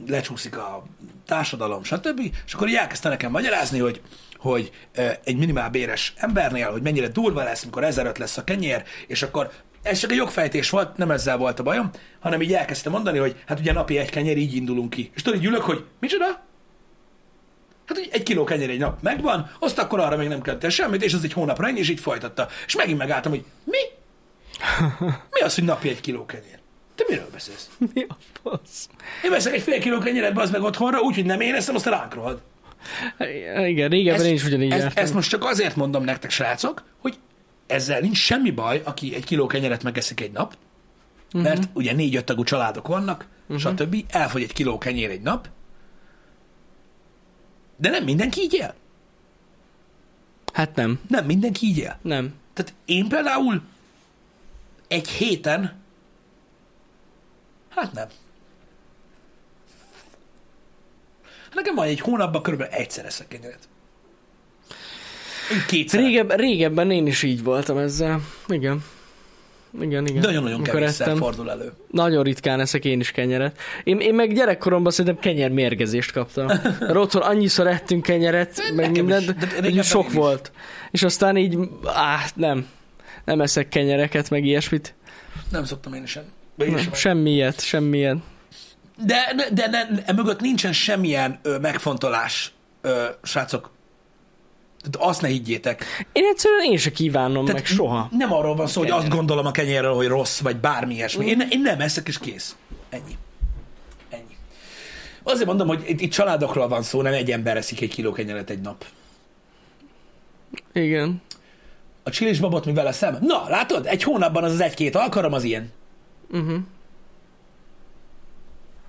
S1: lecsúszik a társadalom, stb. És akkor így elkezdte nekem magyarázni, hogy hogy ö, egy minimálbéres embernél, hogy mennyire durva lesz, mikor 1005 lesz a kenyér, és akkor ez csak egy jogfejtés volt, nem ezzel volt a bajom, hanem így elkezdtem mondani, hogy hát ugye napi egy kenyér, így indulunk ki. És tudod, így ülök, hogy micsoda? Hát hogy egy kiló kenyér egy nap megvan, azt akkor arra még nem kellett el semmit, és az egy hónapra ennyi, és így folytatta. És megint megálltam, hogy mi? Mi az, hogy napi egy kiló kenyér? Te miről beszélsz?
S2: [LAUGHS] Mi a fasz?
S1: Én veszek egy fél kiló kenyeret, az meg otthonra, úgyhogy nem én eszem, azt ránk rohad.
S2: Hát, Igen, régebben
S1: Ezt-
S2: én is ugyanígy
S1: ezt,
S2: jártam.
S1: ezt most csak azért mondom nektek, srácok, hogy ezzel nincs semmi baj, aki egy kiló kenyeret megeszik egy nap,
S2: Mhm.
S1: mert uh-huh. ugye négy-öt tagú családok vannak, uh-huh. stb. Elfogy egy kiló kenyér egy nap, de nem mindenki így él.
S2: Hát nem,
S1: Nem mindenki így él.
S2: nem.
S1: Tehát én például egy héten, hát nem. Hát Nekem van egy hónapban körülbelül egyszer eszek kenyeret. Én kétszer.
S2: Régebb, régebben én is így voltam ezzel. Igen. igen, igen.
S1: Nagyon-nagyon
S2: Amikor
S1: kevésszer
S2: ettem.
S1: fordul elő.
S2: Nagyon ritkán eszek én is kenyeret. Én, én meg gyerekkoromban szerintem kenyérmérgezést
S1: [LAUGHS]
S2: kaptam. Mert otthon annyiszor ettünk kenyeret, meg
S1: nekem is.
S2: mindent,
S1: De
S2: de,
S1: nekem
S2: sok
S1: pedig is.
S2: volt. És aztán így, áh, nem. Nem eszek kenyereket, meg ilyesmit.
S1: Nem szoktam én sem.
S2: Nem, semmilyet, semmilyet.
S1: De, de, de ne, e mögött nincsen semmilyen ö, megfontolás, ö, srácok. Tehát azt ne higgyétek.
S2: Én egyszerűen én se kívánom meg soha.
S1: Nem arról van szó, hogy azt gondolom a kenyérről, hogy rossz, vagy bármi ilyesmi. Én, én nem eszek, és kész. Ennyi. Ennyi. Azért mondom, hogy itt, itt családokról van szó, nem egy ember eszik egy kiló kenyeret egy nap.
S2: Igen.
S1: A csilis babot mivel eszem? Na, látod? Egy hónapban az az egy-két alkalom az ilyen.
S2: Uh-huh.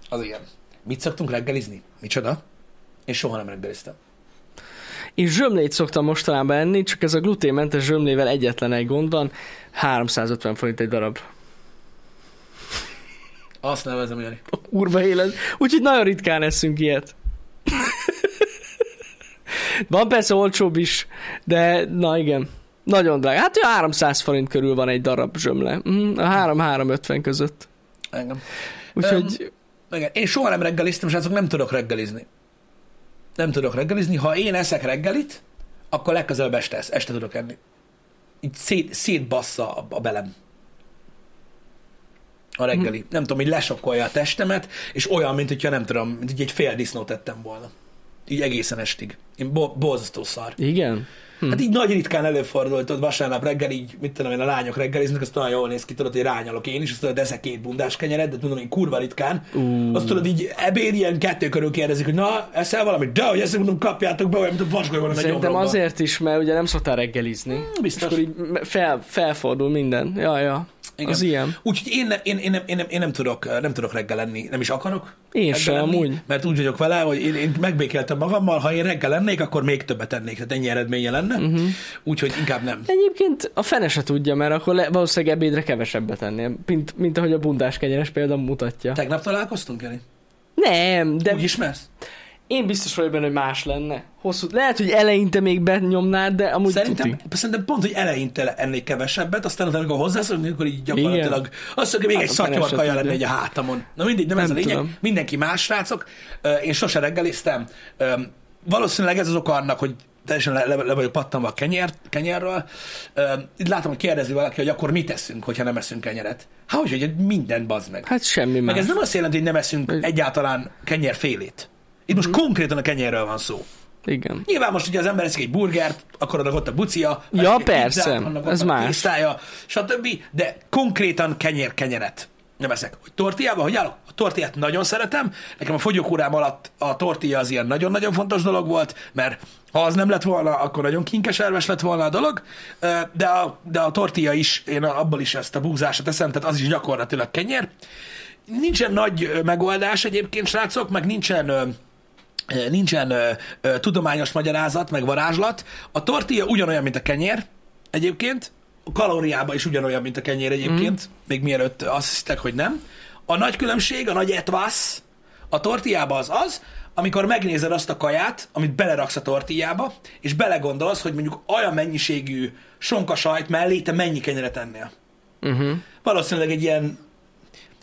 S1: Az ilyen. Mit szoktunk reggelizni? Micsoda? Én soha nem reggeliztem.
S2: Én zsömlét szoktam mostanában enni, csak ez a gluténmentes zsömlével egyetlen egy gond van. 350 forint egy darab.
S1: Azt nevezem, Jani.
S2: Kurva élet. Úgyhogy nagyon ritkán eszünk ilyet. [LAUGHS] van persze olcsóbb is, de na igen. Nagyon drága. Hát ő 300 forint körül van egy darab zsömle. Mhm, A 3-350 között.
S1: Engem.
S2: Úgyhogy
S1: Igen. Én soha nem reggeliztem, srácok, nem tudok reggelizni. Nem tudok reggelizni. Ha én eszek reggelit, akkor legközelebb este, esz, este tudok enni. Így szét, szétbassza a, a belem. A reggeli. Nem tudom, hogy lesokkolja a testemet, és olyan, mint hogyha nem tudom, mint hogy egy fél disznót ettem volna. Így egészen estig. Én bo- borzasztó szar.
S2: igen.
S1: Hát így nagy ritkán előfordult, hogy vasárnap reggel így, mit tudom én, a lányok reggeliznek, azt nagyon jól néz ki, tudod, hogy rányalok én is, azt tudod, eszek két bundás kenyeret, de tudom, én kurva ritkán. Uh. Azt tudod, így ebéd ilyen kettő körül kérdezik, hogy na, eszel valamit? De, hogy eszem, mondom, kapjátok be, olyan, mint a vasgolyó lenne egy
S2: Szerintem
S1: obromba.
S2: azért is, mert ugye nem szoktál reggelizni.
S1: biztos.
S2: És akkor így me- fel, felfordul minden. Ja, ja.
S1: Igen.
S2: Igen. Az ilyen.
S1: Úgyhogy én, ne, én, én, nem, én, nem, én nem, tudok, nem tudok reggel lenni, nem is akarok.
S2: Én
S1: reggel
S2: sem,
S1: lenni,
S2: amúgy.
S1: Mert úgy vagyok vele, hogy én, én megbékeltem magammal, ha én reggel lennék, akkor még többet ennék, tehát ennyi eredménye lenne.
S2: Mhm.
S1: Uh-huh. Úgyhogy inkább nem.
S2: Egyébként a fene se tudja, mert akkor le, valószínűleg ebédre kevesebbet ennél, mint, mint ahogy a bundás kenyeres példa mutatja.
S1: Tegnap találkoztunk, Jani?
S2: Nem, de
S1: Úgy ismersz?
S2: én biztos vagyok benne, hogy más lenne. Hosszú, lehet, hogy eleinte még benyomnád, de amúgy
S1: Szerintem,
S2: tuti.
S1: szerintem pont, hogy eleinte le- ennék kevesebbet, aztán utána, amikor hozzászokni, akkor így gyakorlatilag azt mondjuk, még egy
S2: Hát a fene se
S1: szatyorkaja
S2: tudja.
S1: lenne egy a hátamon. Na mindegy, nem,
S2: Nem
S1: ez a lényeg.
S2: tudom.
S1: Mindenki más, srácok. Ö, Én sose reggeliztem. Ö, Valószínűleg ez az oka annak, hogy teljesen le, le, le vagyok pattanva a kenyer, kenyerről. Ö, Itt látom, hogy kérdezi valaki, hogy akkor mit teszünk, hogyha nem eszünk kenyeret. Hát, hogy, hogy minden bazd meg.
S2: Hát semmi
S1: Meg
S2: más.
S1: ez nem azt jelenti, hogy nem eszünk egyáltalán kenyérfélét. Itt
S2: Mhm.
S1: most konkrétan a kenyérről van szó.
S2: Igen.
S1: Nyilván most, hogyha az ember eszik egy burgert, akkor annak ott a bucia,
S2: Ja,
S1: eszik egy
S2: persze,
S1: annak
S2: ez
S1: ott a
S2: más.
S1: tésztája, stb. De konkrétan kenyér kenyeret nem eszek. Hogy tortillában, hogy állok? A tortillát nagyon szeretem. Nekem a fogyókúrám alatt a tortilla az ilyen nagyon-nagyon fontos dolog volt, mert ha az nem lett volna, akkor nagyon kinkeserves lett volna a dolog, Ö, de a, de a tortilla is, én abból is ezt a búzását eszem, tehát az is gyakorlatilag kenyér. Nincsen nagy ö, megoldás egyébként, srácok, meg nincsen ö, ö, nincsen ö, ö, tudományos magyarázat, meg varázslat. A tortilla ugyanolyan, mint a kenyér egyébként, a kalóriában is ugyanolyan, mint a kenyér egyébként, mm. még mielőtt azt hiszitek, hogy nem. A nagy különbség, a nagy etvász a tortillában az az, amikor megnézed azt a kaját, amit beleraksz a tortillába, és belegondolsz, hogy mondjuk olyan mennyiségű sonkasajt mellé te mennyi kenyeret ennél
S2: Uh-huh.
S1: valószínűleg egy ilyen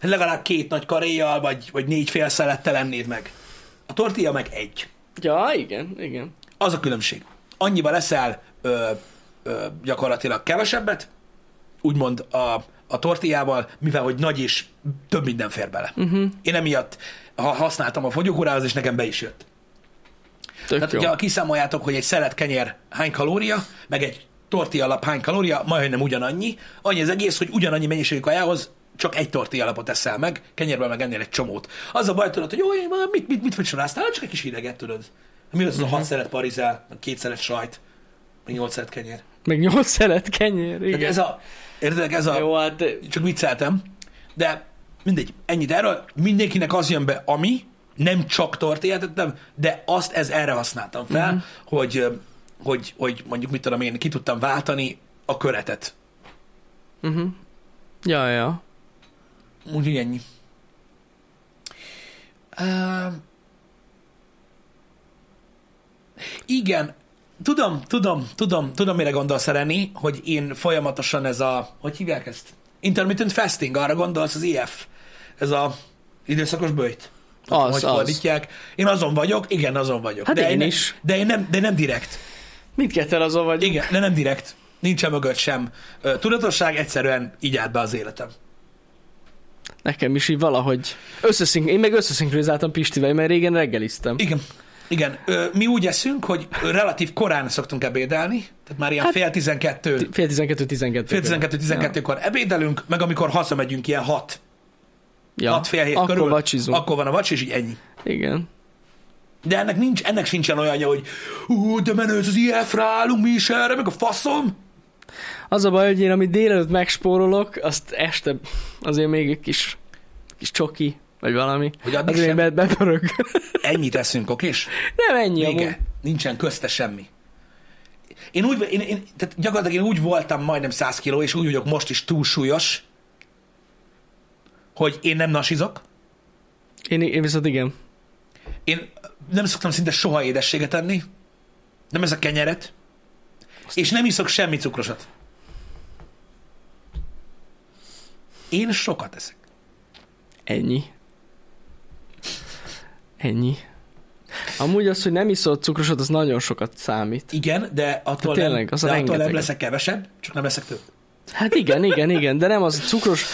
S1: legalább két nagy karéjjal, vagy, vagy négy fél szelettel ennéd meg. A tortilla meg egy.
S2: Ja, igen, igen.
S1: Az a különbség. Annyiba leszel ö, ö, gyakorlatilag kevesebbet, úgymond a, a tortillával, mivel hogy nagy és több minden fér bele. Uh-huh. Én emiatt ha használtam a fogyókúrához, és nekem be is jött.
S2: Tök
S1: Tehát
S2: jó.
S1: ugye, ha kiszámoljátok, hogy egy szelet kenyér hány kalória, meg egy tortilla alap hány kalória, majdnem ugyanannyi. Annyi az egész, hogy ugyanannyi mennyiségű kajához csak egy tortilla alapot eszel meg, kenyérből meg ennél egy csomót. Az a baj, tudod, hogy jó, én már mit, mit, mit focsoráztál? Csak egy kis hideget, tudod. Mi az, az a
S2: Mhm.
S1: hat szeret parizel, meg két szeret sajt, meg nyolc szeret kenyér.
S2: Meg nyolc szelet kenyér, igen.
S1: Tehát ez a, érted, ez a,
S2: Jó, hát
S1: csak vicceltem, de mindegy, ennyit erről, mindenkinek az jön be, ami, nem csak tortillát ettem, de azt ez erre használtam fel, uh-huh. hogy, ö, hogy, hogy mondjuk mit tudom én, ki tudtam váltani a köretet. Mhm.
S2: ja, ja.
S1: Úgyhogy ennyi. Uh, igen, tudom, tudom, tudom, tudom, mire gondolsz Reni, hogy én folyamatosan ez a, hogy hívják ezt? Intermittent fasting, arra gondolsz az IF. Ez a időszakos bőjt.
S2: Az,
S1: Tudom, hogy
S2: az.
S1: fordítják. Én azon vagyok, igen, azon vagyok.
S2: Hát
S1: de
S2: én
S1: ne-
S2: is.
S1: De én nem, de nem direkt.
S2: Mindketten azon vagyunk.
S1: Igen, de nem direkt. Nincsen mögött sem ö, tudatosság, egyszerűen így állt be az életem.
S2: Nekem is így valahogy. Összeszink... Én meg összeszinkronizáltam Pistivel, mert régen reggeliztem.
S1: Igen. Igen, ö, mi úgy eszünk, hogy relatív korán szoktunk ebédelni, tehát már ilyen
S2: Hát,
S1: fél tizenkettő,
S2: Fél 12 12
S1: fél tizenkettő-tizenkettőkor ebédelünk, meg amikor hazamegyünk ilyen hat,
S2: ja.
S1: hat fél hét
S2: Akkor
S1: körül,
S2: vacsizunk.
S1: akkor van a vacs, és így ennyi.
S2: Igen.
S1: De ennek, nincs, ennek sincsen olyanja, hogy ú, de menő, ez az IF-re állunk, mi is erre, meg a faszom.
S2: Az a baj, hogy én amit délelőtt megspórolok, azt este azért még egy kis, kis csoki, vagy valami.
S1: Hogy addig
S2: Azért
S1: sem.
S2: be, bepörög.
S1: Ennyit eszünk, okés?
S2: [LAUGHS] Nem ennyi amúgy.
S1: Vége. Nincsen közte semmi. Én úgy, én, én, tehát gyakorlatilag én úgy voltam majdnem 100 kiló, és úgy vagyok most is túlsúlyos, hogy én nem nasizok,
S2: Én, én viszont igen.
S1: én nem szoktam szinte soha édességet enni, nem ez a kenyeret, és nem iszok semmi cukrosat. Én sokat eszek.
S2: Ennyi. Ennyi. Amúgy az, hogy nem iszol cukrosat, az nagyon sokat számít.
S1: Igen, de attól,
S2: tényleg,
S1: nem,
S2: az
S1: de attól nem
S2: rengeteg.
S1: leszek kevesebb, csak nem leszek több.
S2: Hát igen, igen, igen, de nem az a cukros,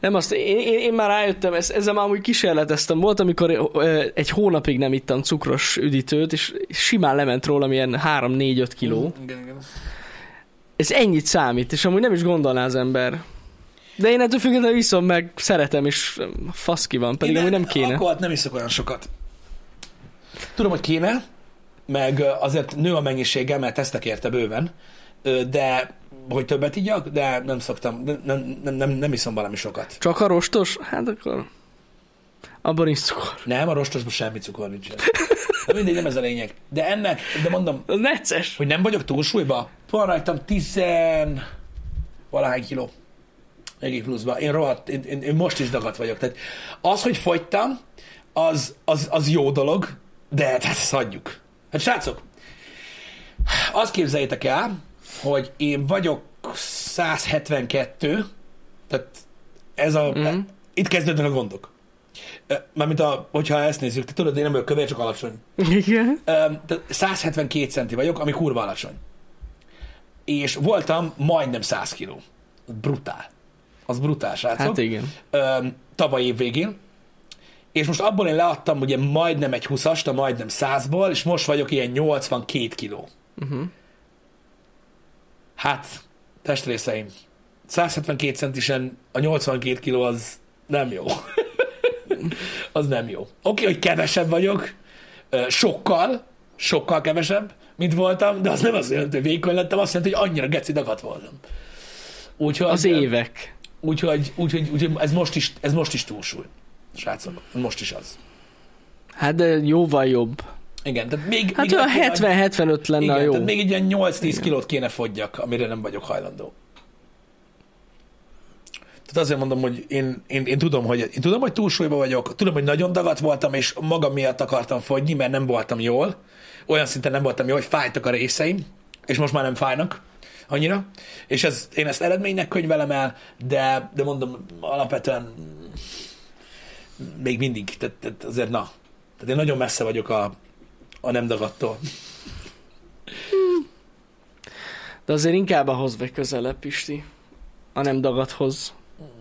S2: nem azt, én, én, én már rájöttem, ez, ezzel már úgy kísérleteztem. Volt, amikor ö, egy hónapig nem ittam cukros üdítőt, és simán lement rólam ilyen 3-4-5 kiló.
S1: Igen, igen.
S2: Ez ennyit számít, és amúgy nem is gondolná az ember. De én ettől függetlenül iszom meg, szeretem, és fasz ki van, pedig
S1: Én
S2: amúgy nem kéne.
S1: Akkor nem iszok olyan sokat. Tudom, hogy kéne, meg ö, azért nő a mennyisége, mert tesztek érte bőven, ö, de hogy többet igyak, de nem szoktam, nem, nem, nem, nem iszom valami sokat.
S2: Csak a rostos? Hát akkor... Abban is cukor.
S1: Nem, a rostosban semmi cukor nincsen. De mindegy, nem ez a lényeg. De ennek, de mondom,
S2: Az necces.
S1: hogy nem vagyok túlsúlyba, van rajtam 10 valahány kiló. Egyik pluszban. Én, rohadt, én, én, én, most is dagadt vagyok. Tehát az, hogy fogytam, az, az, az jó dolog, de hát ezt hagyjuk. Hát srácok, azt képzeljétek el, hogy én vagyok 172, tehát ez a, mm. itt kezdődnek a gondok. Ö, Mármint, a, hogyha ezt nézzük, te tudod, én nem vagyok kövér, csak alacsony.
S2: Igen.
S1: Öm, tehát 172 centi vagyok, ami kurva alacsony. És voltam majdnem 100 kiló. Brutál. Az brutál, srácok.
S2: Hát igen.
S1: Öm, tavaly év végén. És most abból én leadtam ugye majdnem egy 20-ast, a majdnem 100-ból, és most vagyok ilyen 82 kiló. Uh-huh.
S2: Mhm.
S1: Hát, testrészeim, 172 centisen a 82 kiló az nem jó. [LAUGHS] az nem jó. Oké, okay, hogy kevesebb vagyok, ö, sokkal, sokkal kevesebb, mint voltam, de az nem azt jelenti, hogy vékony lettem, azt jelenti, hogy annyira geci dagadt voltam. Úgyhogy,
S2: Az évek.
S1: Úgyhogy, úgyhogy, úgyhogy ez, most is, ez most is túlsúly. Srácok, most is az.
S2: Hát de jóval jobb.
S1: Igen, tehát még...
S2: Hát
S1: még
S2: olyan
S1: neki nagy-
S2: 70-75 lenne
S1: igen,
S2: a jó.
S1: Tehát még egy ilyen 8-10 kilót kéne fogyjak, amire nem vagyok hajlandó. Tehát azért mondom, hogy én, én, én, tudom, hogy, én tudom, hogy túlsúlyban vagyok, tudom, hogy nagyon dagadt voltam, és magam miatt akartam fogyni, mert nem voltam jól. Olyan szinten nem voltam jól, hogy fájtak a részeim, és most már nem fájnak annyira. És ez, én ezt eredménynek könyvelem el, de, de mondom, alapvetően még mindig, tehát, tehát azért na. Tehát én nagyon messze vagyok a, a nem dagadtól.
S2: De azért inkább ahhoz vagy közelebb, Pisti. A nem dagadhoz.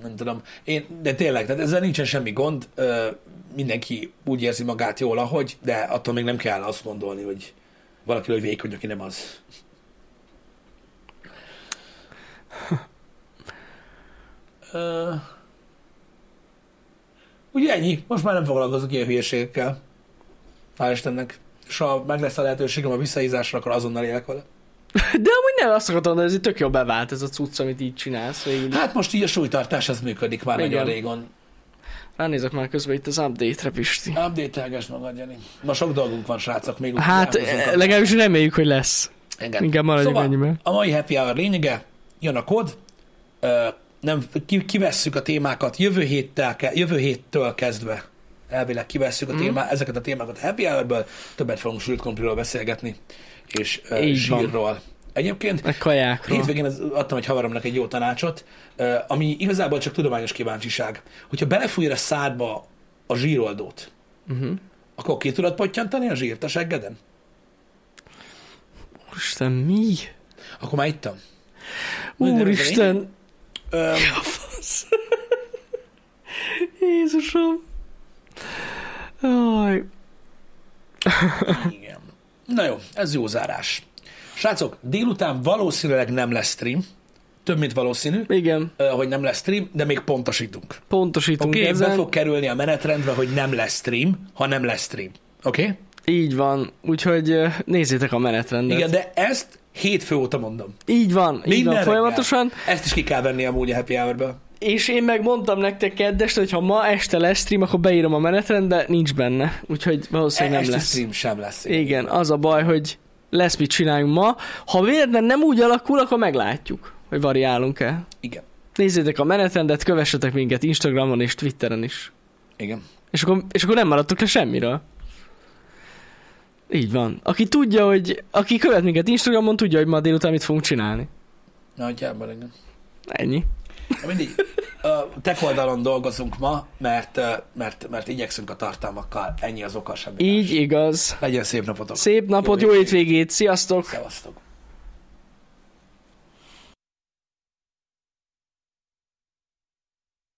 S1: nem tudom, én, de tényleg, tehát ezzel nincsen semmi gond, ö, mindenki úgy érzi magát jól, ahogy, de attól még nem kell azt gondolni, hogy valaki hogy vékony, aki nem az. Ö, ugye ennyi, most már nem foglalkozok ilyen hülyeségekkel. Hál' Istennek. És ha meg lesz a lehetőségem a visszaízásra, akkor azonnal élek vele.
S2: De amúgy nem azt akartam mondani, hogy ez így tök jól bevált ez a cucc, amit így csinálsz. Végül.
S1: Hát most így a súlytartás, ez működik már
S2: Igen.
S1: nagyon régon.
S2: Ránézek már közben itt az update-re, Pisti.
S1: Update-elges magad, Jani. Ma sok dolgunk van, srácok, még úgy
S2: Hát
S1: találkozunk.
S2: eh, legalábbis reméljük, hogy lesz.
S1: Igen.
S2: Inkább maradjunk
S1: Szóval-
S2: ennyiben.
S1: A mai happy hour lényege, jön a kod, ö, nem, ki, kivesszük a témákat jövő, héttel, ke- jövő héttől kezdve. Elvileg kivesszük
S2: Mm.
S1: a témá, ezeket a témákat a happy hourből, többet fogunk sült kompliról beszélgetni, és ö,
S2: Így van.
S1: zsírról, Egyébként
S2: A kajákról.
S1: hétvégén az- adtam egy haveromnak egy jó tanácsot, ö, ami igazából csak tudományos kíváncsiság. Hogyha belefújra szádba a zsíroldót, uh-huh.
S2: Mhm.
S1: akkor ki tudod pottyantani a zsírt a seggeden?
S2: Úristen, mi?
S1: Akkor már ittam. Majd erről
S2: Úristen,
S1: Ö,
S2: [LAUGHS] Jézusom. Aj.
S1: igen. Na jó, ez jó zárás. Srácok, délután valószínűleg nem lesz stream, több mint valószínű,
S2: Igen,
S1: ö, hogy nem lesz stream, de még pontosítunk.
S2: pontosítunk
S1: Oké, okay, be
S2: ezen.
S1: fog kerülni a menetrendbe, hogy nem lesz stream, ha nem lesz stream. Oké? Okay?
S2: Így van, úgyhogy ö, nézzétek a menetrendet.
S1: Igen, de ezt hétfő óta mondom.
S2: Így van, így
S1: Minden
S2: van,
S1: reggel.
S2: folyamatosan.
S1: Ezt is ki kell venni amúgy a happy hour
S2: És én megmondtam nektek kedvest, hogy ha ma este lesz stream, akkor beírom a menetrendbe, nincs benne. Úgyhogy valószínűleg nem
S1: Este
S2: lesz.
S1: stream sem lesz.
S2: Igen, az a baj, hogy lesz mit csináljunk ma. Ha véletlen nem úgy alakul, akkor meglátjuk, hogy variálunk-e.
S1: Igen.
S2: Nézzétek a menetrendet, kövessetek minket Instagramon és Twitteren is.
S1: Igen.
S2: És akkor, és akkor nem maradtok le semmiről. Így van. Aki tudja, hogy... Aki követ minket Instagramon, tudja, hogy ma délután mit fogunk csinálni.
S1: Nagyjából igen.
S2: Ennyi.
S1: Na, Mindig. A tech oldalon dolgozunk ma, mert, ö, mert, mert igyekszünk a tartalmakkal. Ennyi az oka semmi. más.
S2: Így igaz.
S1: Legyen szép napotok.
S2: Szép napot, jó,
S1: Jó
S2: jó hétvégét, sziasztok!
S1: Szevasztok.